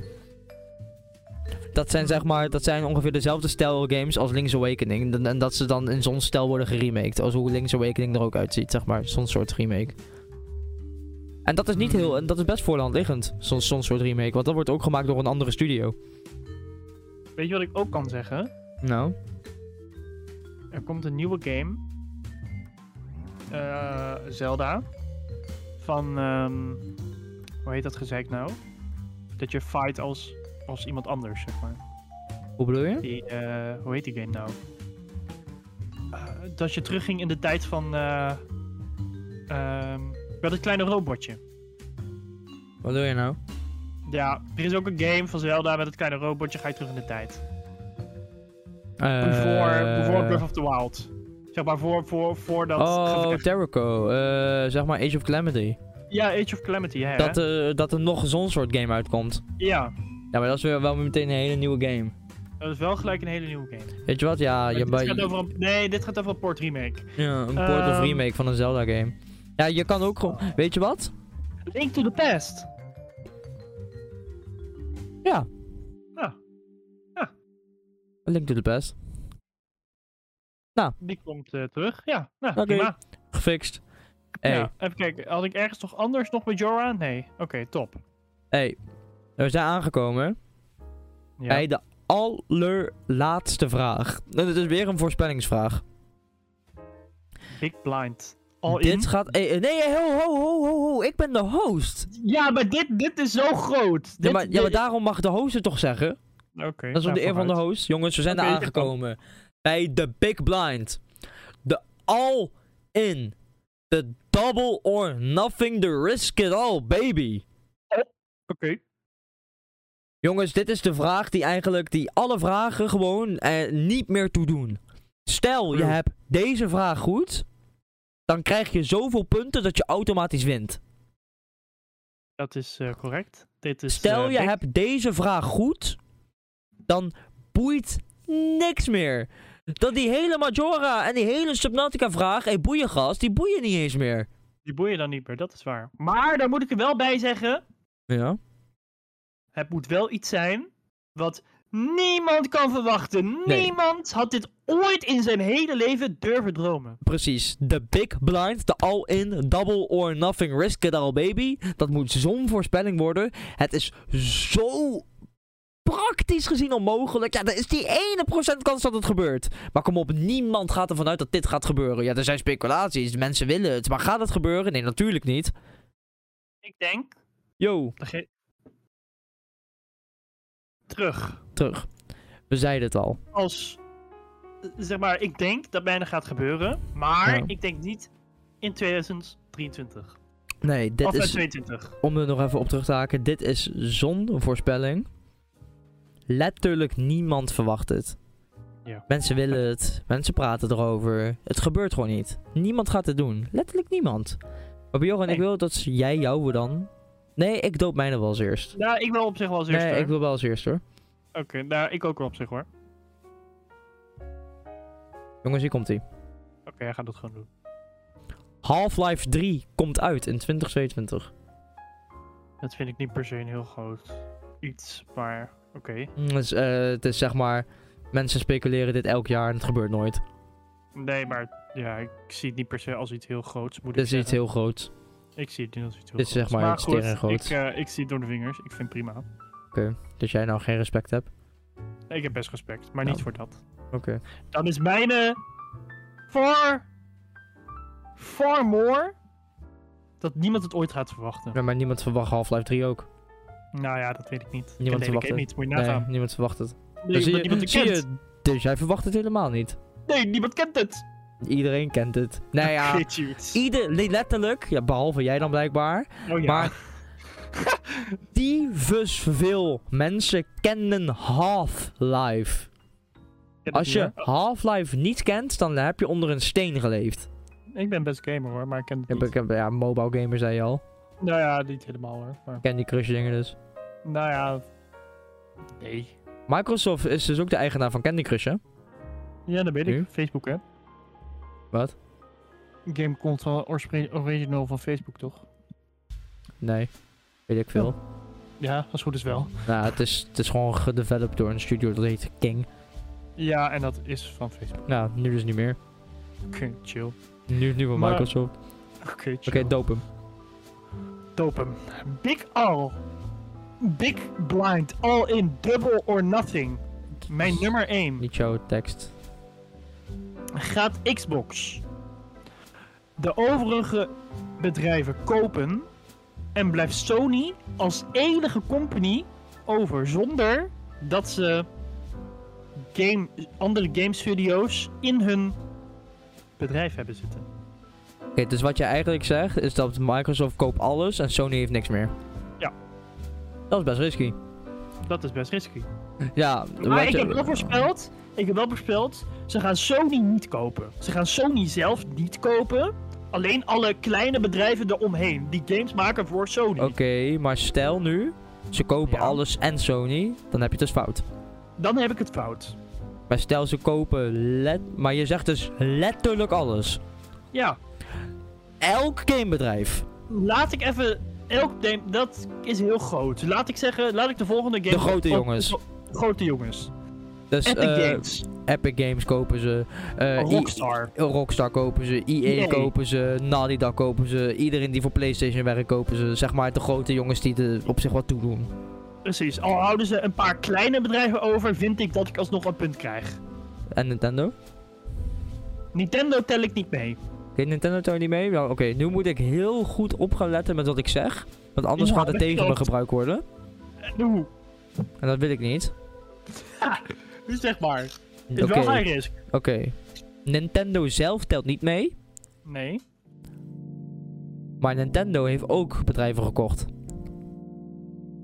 S1: Dat zijn, zeg maar, dat zijn ongeveer dezelfde stijl games als Link's Awakening. En, en dat ze dan in zo'n stijl worden geremaked. Als hoe Link's Awakening er ook uitziet, zeg maar. Zo'n soort remake. En dat is niet heel... En dat is best voor de hand liggend. Zo'n zo'n soort remake. Want dat wordt ook gemaakt door een andere studio.
S2: Weet je wat ik ook kan zeggen?
S1: Nou.
S2: Er komt een nieuwe game. Eh, Zelda. Van, ehm, hoe heet dat gezeik nou? Dat je fight als, als iemand anders, zeg maar.
S1: Hoe bedoel je?
S2: Die, eh, hoe heet die game nou? Eh, dat je terugging in de tijd van, eh ehm, wel dat kleine robotje.
S1: Wat bedoel je nou?
S2: Ja, er is ook een game van Zelda met het kleine robotje, ga je terug in de tijd.
S1: Eh,
S2: voor, voor Breath of the Wild. Zeg maar voor, voor, voor dat...
S1: Oh, Terrico. Eh, zeg maar Age of Calamity.
S2: Ja, Age of Calamity, ja.
S1: dat, eh, dat er nog zo'n soort game uitkomt.
S2: Ja,
S1: Ja, maar dat is weer wel meteen een hele nieuwe game.
S2: dat is wel gelijk een hele nieuwe game.
S1: Weet je wat? Ah, Ja, je
S2: dit
S1: bij-
S2: gaat over een, nee, dit gaat over een port remake.
S1: ja, een port of
S2: Ehm.
S1: remake van een Zelda game. Ja, je kan ook gewoon... Weet je wat?
S2: Link to the Past.
S1: Ja.
S2: Ja. Ja.
S1: Link to the Past.
S2: Die komt eh, terug. Ja, nou,
S1: Oké.
S2: prima.
S1: Gefixt. Hey,
S2: Ja, even kijken, had ik ergens nog anders nog met Jorah? Nee. Oké, top.
S1: hey. We zijn aangekomen
S2: Ja.
S1: bij de allerlaatste vraag. En het is weer een voorspellingsvraag.
S2: Big Blind. All
S1: Dit
S2: in.
S1: gaat... hey, eh, nee, hey, ho, ho, ho, ho, ho. Ik ben de host.
S2: Ja, maar dit, dit is zo groot.
S1: Ja
S2: Dit-
S1: maar, ja, maar
S2: dit-
S1: daarom mag de host het toch zeggen?
S2: Oké.
S1: Dat is op
S2: nou,
S1: de eer van de
S2: vooruit.
S1: host. Jongens, we zijn
S2: Oké,
S1: er
S2: ik heb hem.
S1: aangekomen. Bij de Big Blind. De All In. De Double or Nothing. The Risk It All, baby.
S2: Oké.
S1: Jongens, dit is de vraag die eigenlijk die alle vragen gewoon eh, niet meer toe doen. Stel, je
S2: Oeh.
S1: hebt deze vraag goed. Dan krijg je zoveel punten dat je automatisch wint.
S2: Dat is eh, correct. Dit is,
S1: Stel,
S2: eh,
S1: je
S2: Big-
S1: hebt deze vraag goed. Dan boeit niks meer. Dat die hele Majora en die hele Subnautica vraag, hey boeien gast, die boeien niet eens meer.
S2: Die boeien dan niet meer, dat is waar. Maar daar moet ik er wel bij zeggen.
S1: Ja?
S2: Het moet wel iets zijn wat niemand kan verwachten.
S1: Nee.
S2: Niemand had dit ooit in zijn hele leven durven dromen.
S1: Precies. De big blind, de all-in, double or nothing, risk it all baby. Dat moet zo'n voorspelling worden. Het is zo praktisch gezien onmogelijk. Ja, er is die ene procent kans dat het gebeurt. Maar kom op, niemand gaat ervan uit dat dit gaat gebeuren. Ja, er zijn speculaties, mensen willen het. Maar gaat het gebeuren? Nee, natuurlijk niet.
S2: Ik denk.
S1: Yo,
S2: dan ge- Terug.
S1: terug. We zeiden het al.
S2: Als. eh, Zeg maar, ik denk dat bijna gaat gebeuren. Maar
S1: Ja.
S2: ik denk niet in 2023.
S1: Nee, dit
S2: of in
S1: is...
S2: 2022.
S1: om er nog even op terug te haken, dit is zo'n voorspelling. Letterlijk niemand verwacht het.
S2: Ja.
S1: Mensen willen het, mensen praten erover. Het gebeurt gewoon niet. Niemand gaat het doen. Letterlijk niemand. Maar Bjorn, ik
S2: Nee.
S1: wil dat z- jij jouwe dan. Nee, ik doop mijne wel als eerst.
S2: Nou, ik wil op zich wel als eerste.
S1: nee,
S2: hoor.
S1: ik wil wel als eerst hoor.
S2: Oké, nou, ik ook wel op zich hoor.
S1: Jongens, hier komt ie.
S2: Oké, hij gaat dat gewoon doen.
S1: Half-Life 3 komt uit in 2022.
S2: Dat vind ik niet per se een heel groot iets, maar oké.
S1: Dus, eh, het is zeg maar, mensen speculeren dit elk jaar en het gebeurt nooit.
S2: Nee, maar ja, ik zie het niet per se als iets heel groots, moet
S1: Dit
S2: ik
S1: is iets
S2: zeggen.
S1: heel groots.
S2: Ik zie het niet als iets heel
S1: Dit is zeg
S2: groots.
S1: maar iets
S2: goed,
S1: teringgroots.
S2: Ik, eh, ik zie het door de vingers, ik vind het prima.
S1: Dat jij nou geen respect hebt.
S2: Ik heb best respect, maar
S1: Ja.
S2: niet voor dat.
S1: Oké.
S2: Dan is eh, mijne voor far more dat niemand het ooit gaat verwachten.
S1: Ja, maar niemand verwacht Half-Life 3 ook.
S2: Nou ja, dat weet ik niet.
S1: Niemand
S2: ik ken de
S1: verwacht
S2: game
S1: het.
S2: niet, moet je
S1: Nee,
S2: nagaan.
S1: niemand verwacht het.
S2: Nee,
S1: Dan
S2: omdat
S1: zie
S2: niemand
S1: je,
S2: het
S1: zie
S2: kent.
S1: je, dus jij verwacht het helemaal niet.
S2: Nee, niemand kent het.
S1: Iedereen kent het. Nou ja,
S2: Shit, dudes.
S1: ieder, nee, letterlijk, ja, behalve jij dan blijkbaar,
S2: Oh ja.
S1: maar- tyfus veel mensen kennen Half-Life.
S2: Ik ken
S1: Als
S2: het
S1: je
S2: niet,
S1: Half-Life niet kent, dan heb je onder een steen geleefd.
S2: hoor. Ik ben best gamer hoor, maar ik ken het
S1: Ik
S2: niet.
S1: heb- ik heb- Ja, mobile gamer zei je al.
S2: Nou ja, niet helemaal hoor. Maar...
S1: Candy Crush dingen dus.
S2: Nou ja. Nee.
S1: Microsoft is dus ook de eigenaar van Candy Crush, hè?
S2: Ja, dat weet
S1: Nu?
S2: ik. Facebook, hè?
S1: Wat?
S2: Game console oorspre- original van Facebook, toch?
S1: Nee, weet ik veel.
S2: Ja, als goed is wel.
S1: Nou, het is, het is gewoon gedeveloped door een studio dat heet King.
S2: Ja, en dat is van Facebook.
S1: Nou, nu dus niet meer.
S2: Oké, chill. Oké,
S1: Nu, nu van
S2: Maar-
S1: Microsoft.
S2: chill.
S1: Oké, doop hem.
S2: doop hem. Big All. Big Blind. All in. Double or nothing. Mijn nummer 1.
S1: Niet jouw tekst.
S2: gaat Xbox de overige bedrijven kopen en blijft Sony als enige company over zonder dat ze game, andere game studios in hun bedrijf hebben zitten.
S1: Oké, dus wat je eigenlijk zegt is dat Microsoft koopt alles en Sony heeft niks meer.
S2: Ja.
S1: Dat is best risky.
S2: Dat is best risky.
S1: Ja,
S2: Maar
S1: wat
S2: Ah, ik
S1: je-
S2: heb wel voorspeld, ik heb wel voorspeld, ze gaan Sony niet kopen. Ze gaan Sony zelf niet kopen. Alleen alle kleine bedrijven eromheen die games maken voor Sony.
S1: Oké, maar stel nu, ze kopen
S2: Ja.
S1: alles en Sony, dan heb je het dus fout.
S2: Dan heb ik het fout.
S1: Maar stel ze kopen, let... maar je zegt dus letterlijk alles.
S2: Ja,
S1: Elk gamebedrijf.
S2: laat ik even. Elk game, dat is heel groot. Laat ik zeggen, laat ik de volgende game.
S1: De grote jongens.
S2: De gro- grote jongens.
S1: Dus
S2: Epic
S1: eh,
S2: Games. Oh,
S1: Epic Games kopen ze. eh, I-
S2: Rockstar.
S1: Rockstar kopen ze, EA
S2: Nee.
S1: kopen ze, Naughty Dog kopen ze, iedereen die voor PlayStation werkt kopen ze. Zeg maar de grote jongens die er op zich wat toe doen.
S2: Precies. Al houden ze een paar kleine bedrijven over, vind ik dat ik alsnog een punt krijg.
S1: En Nintendo?
S2: Nintendo tel ik niet mee.
S1: Oké, Nintendo tel je niet mee? Ja, Oké, nu moet ik heel goed op gaan letten met wat ik zeg. Want anders
S2: Ja,
S1: gaat het
S2: dat
S1: tegen me
S2: klopt.
S1: gebruikt worden.
S2: Eh, Doe.
S1: En dat wil ik niet.
S2: Dus zeg maar. Is
S1: Oké,
S2: wel high risk.
S1: oké. Nintendo zelf telt niet mee.
S2: Nee.
S1: Maar Nintendo heeft ook bedrijven gekocht.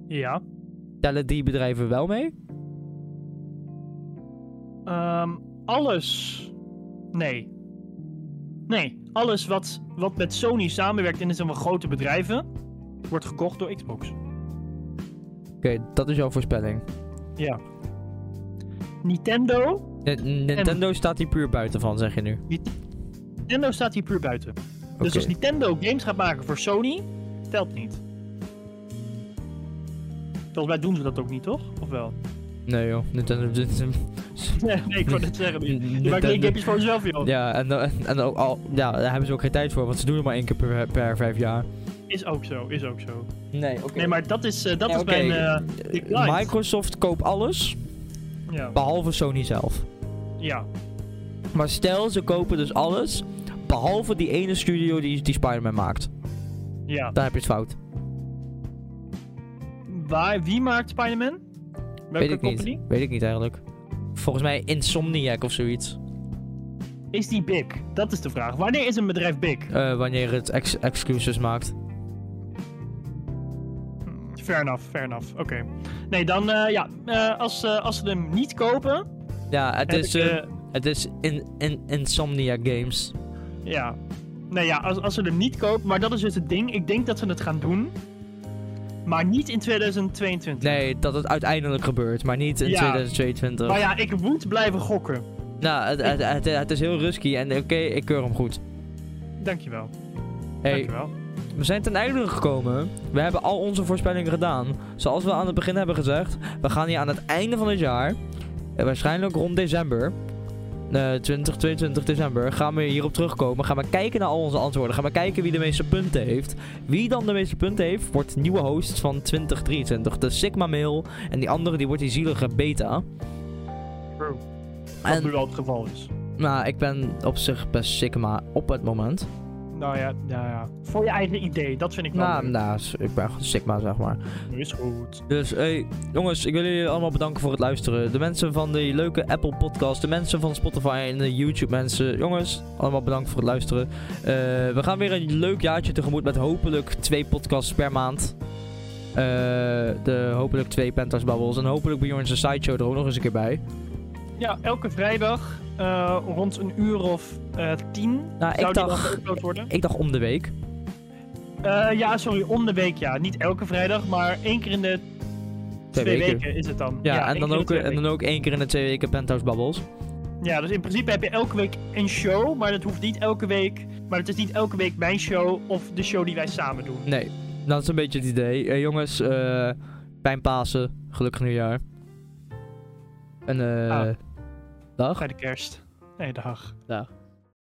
S2: Ja.
S1: Tellen die bedrijven wel mee?
S2: Ehm, alles. Nee. Nee. Alles wat, wat met Sony samenwerkt en is van grote bedrijven, wordt gekocht door Xbox.
S1: Oké, dat is jouw voorspelling.
S2: Nintendo
S1: N- Nintendo staat hier puur buiten van, zeg je nu.
S2: Nintendo staat hier puur buiten.
S1: Oké.
S2: Dus als Nintendo games gaat maken voor Sony, telt niet. Volgens mij doen ze dat ook niet, toch? Of wel?
S1: Nee joh, Nintendo...
S2: Nee, ik wou net zeggen. Je maakt
S1: Nintendo
S2: één gamejes voor jezelf, joh.
S1: ja, en, en, en ook al, ja, daar hebben ze ook geen tijd voor, want ze doen het maar één keer per, per vijf jaar.
S2: Is ook zo, is ook zo.
S1: Nee, oké.
S2: Nee, maar dat is, eh, dat
S1: Ja,
S2: is
S1: oké.
S2: bij een... eh, Declined.
S1: Microsoft koopt alles,
S2: ja.
S1: behalve Sony zelf.
S2: ja,
S1: Maar stel, ze kopen dus alles, behalve die ene studio die, die Spider-Man maakt.
S2: ja.
S1: Daar heb je het fout.
S2: Waar, wie maakt Spider-Man? Welke
S1: Weet ik
S2: company?
S1: niet. Weet ik niet eigenlijk. Volgens mij Insomniac of zoiets.
S2: Is die big? Dat is de vraag. Wanneer is een bedrijf big?
S1: Eh, wanneer het ex exclusives maakt.
S2: Hmm, Fair enough, fair enough. Oké. Nee, dan eh, ja. eh, als, eh, als ze hem niet kopen.
S1: Ja, het
S2: heb
S1: is,
S2: ik,
S1: eh,
S2: eh,
S1: het is in, in, Insomniac Games.
S2: ja. Nee, ja, als, als ze hem niet kopen. Maar dat is dus het ding. Ik denk dat ze het gaan doen. Maar niet in 2022.
S1: Nee, dat het uiteindelijk gebeurt, maar niet in
S2: Ja.
S1: 2022.
S2: Maar ja, ik moet blijven gokken.
S1: Nou, het, het, het, het is heel risky en oké, ik keur hem goed.
S2: Dankjewel.
S1: Hey,
S2: Dankjewel.
S1: we zijn ten einde gekomen. We hebben al onze voorspellingen gedaan. Zoals we aan het begin hebben gezegd, we gaan hier aan het einde van het jaar, eh, waarschijnlijk rond december, eh 20, 22 december, gaan we hierop terugkomen. Gaan we kijken naar al onze antwoorden. Gaan we kijken wie de meeste punten heeft. Wie dan de meeste punten heeft, wordt nieuwe host van 2023. De Sigma Mail en die andere, die wordt die zielige beta.
S2: True. Wat
S1: En
S2: nu al het geval is.
S1: nou, ik ben op zich best Sigma op het moment.
S2: Nou ja, nou ja. Voor je eigen idee. Dat vind ik wel.
S1: Nou,
S2: leuk.
S1: nou, ik ben gewoon Sigma, zeg maar.
S2: Is goed.
S1: Dus hey, jongens, ik wil jullie allemaal bedanken voor het luisteren. De mensen van de leuke Apple podcast, de mensen van Spotify en de YouTube mensen. Jongens, allemaal bedankt voor het luisteren. Eh, we gaan weer een leuk jaartje tegemoet met hopelijk twee podcasts per maand. Eh, de hopelijk twee Penthouse Bubbles en hopelijk Bjorn's Sideshow er ook nog eens een keer bij.
S2: Ja, elke vrijdag eh, rond een uur of eh, tien
S1: Nou,
S2: zou
S1: ik
S2: die dan
S1: dacht,
S2: geüpload worden.
S1: ik dacht om de week.
S2: Eh, ja, sorry, om de week ja. Niet elke vrijdag, maar één keer in de twee, weken.
S1: weken.
S2: is het dan.
S1: Ja,
S2: één
S1: en, dan
S2: keer in de
S1: ook,
S2: twee
S1: en dan ook één keer in de twee weken Penthouse Bubbles.
S2: weken. Ja, dus in principe heb je elke week een show, maar dat hoeft niet elke week. Maar het is niet elke week mijn show of de show die wij samen doen.
S1: Nee, dat is een beetje het idee. Eh, jongens, eh fijn Pasen. Gelukkig nieuwjaar. En eh...
S2: Ah.
S1: Dag.
S2: Bij de kerst. Nee, dag.
S1: Dag.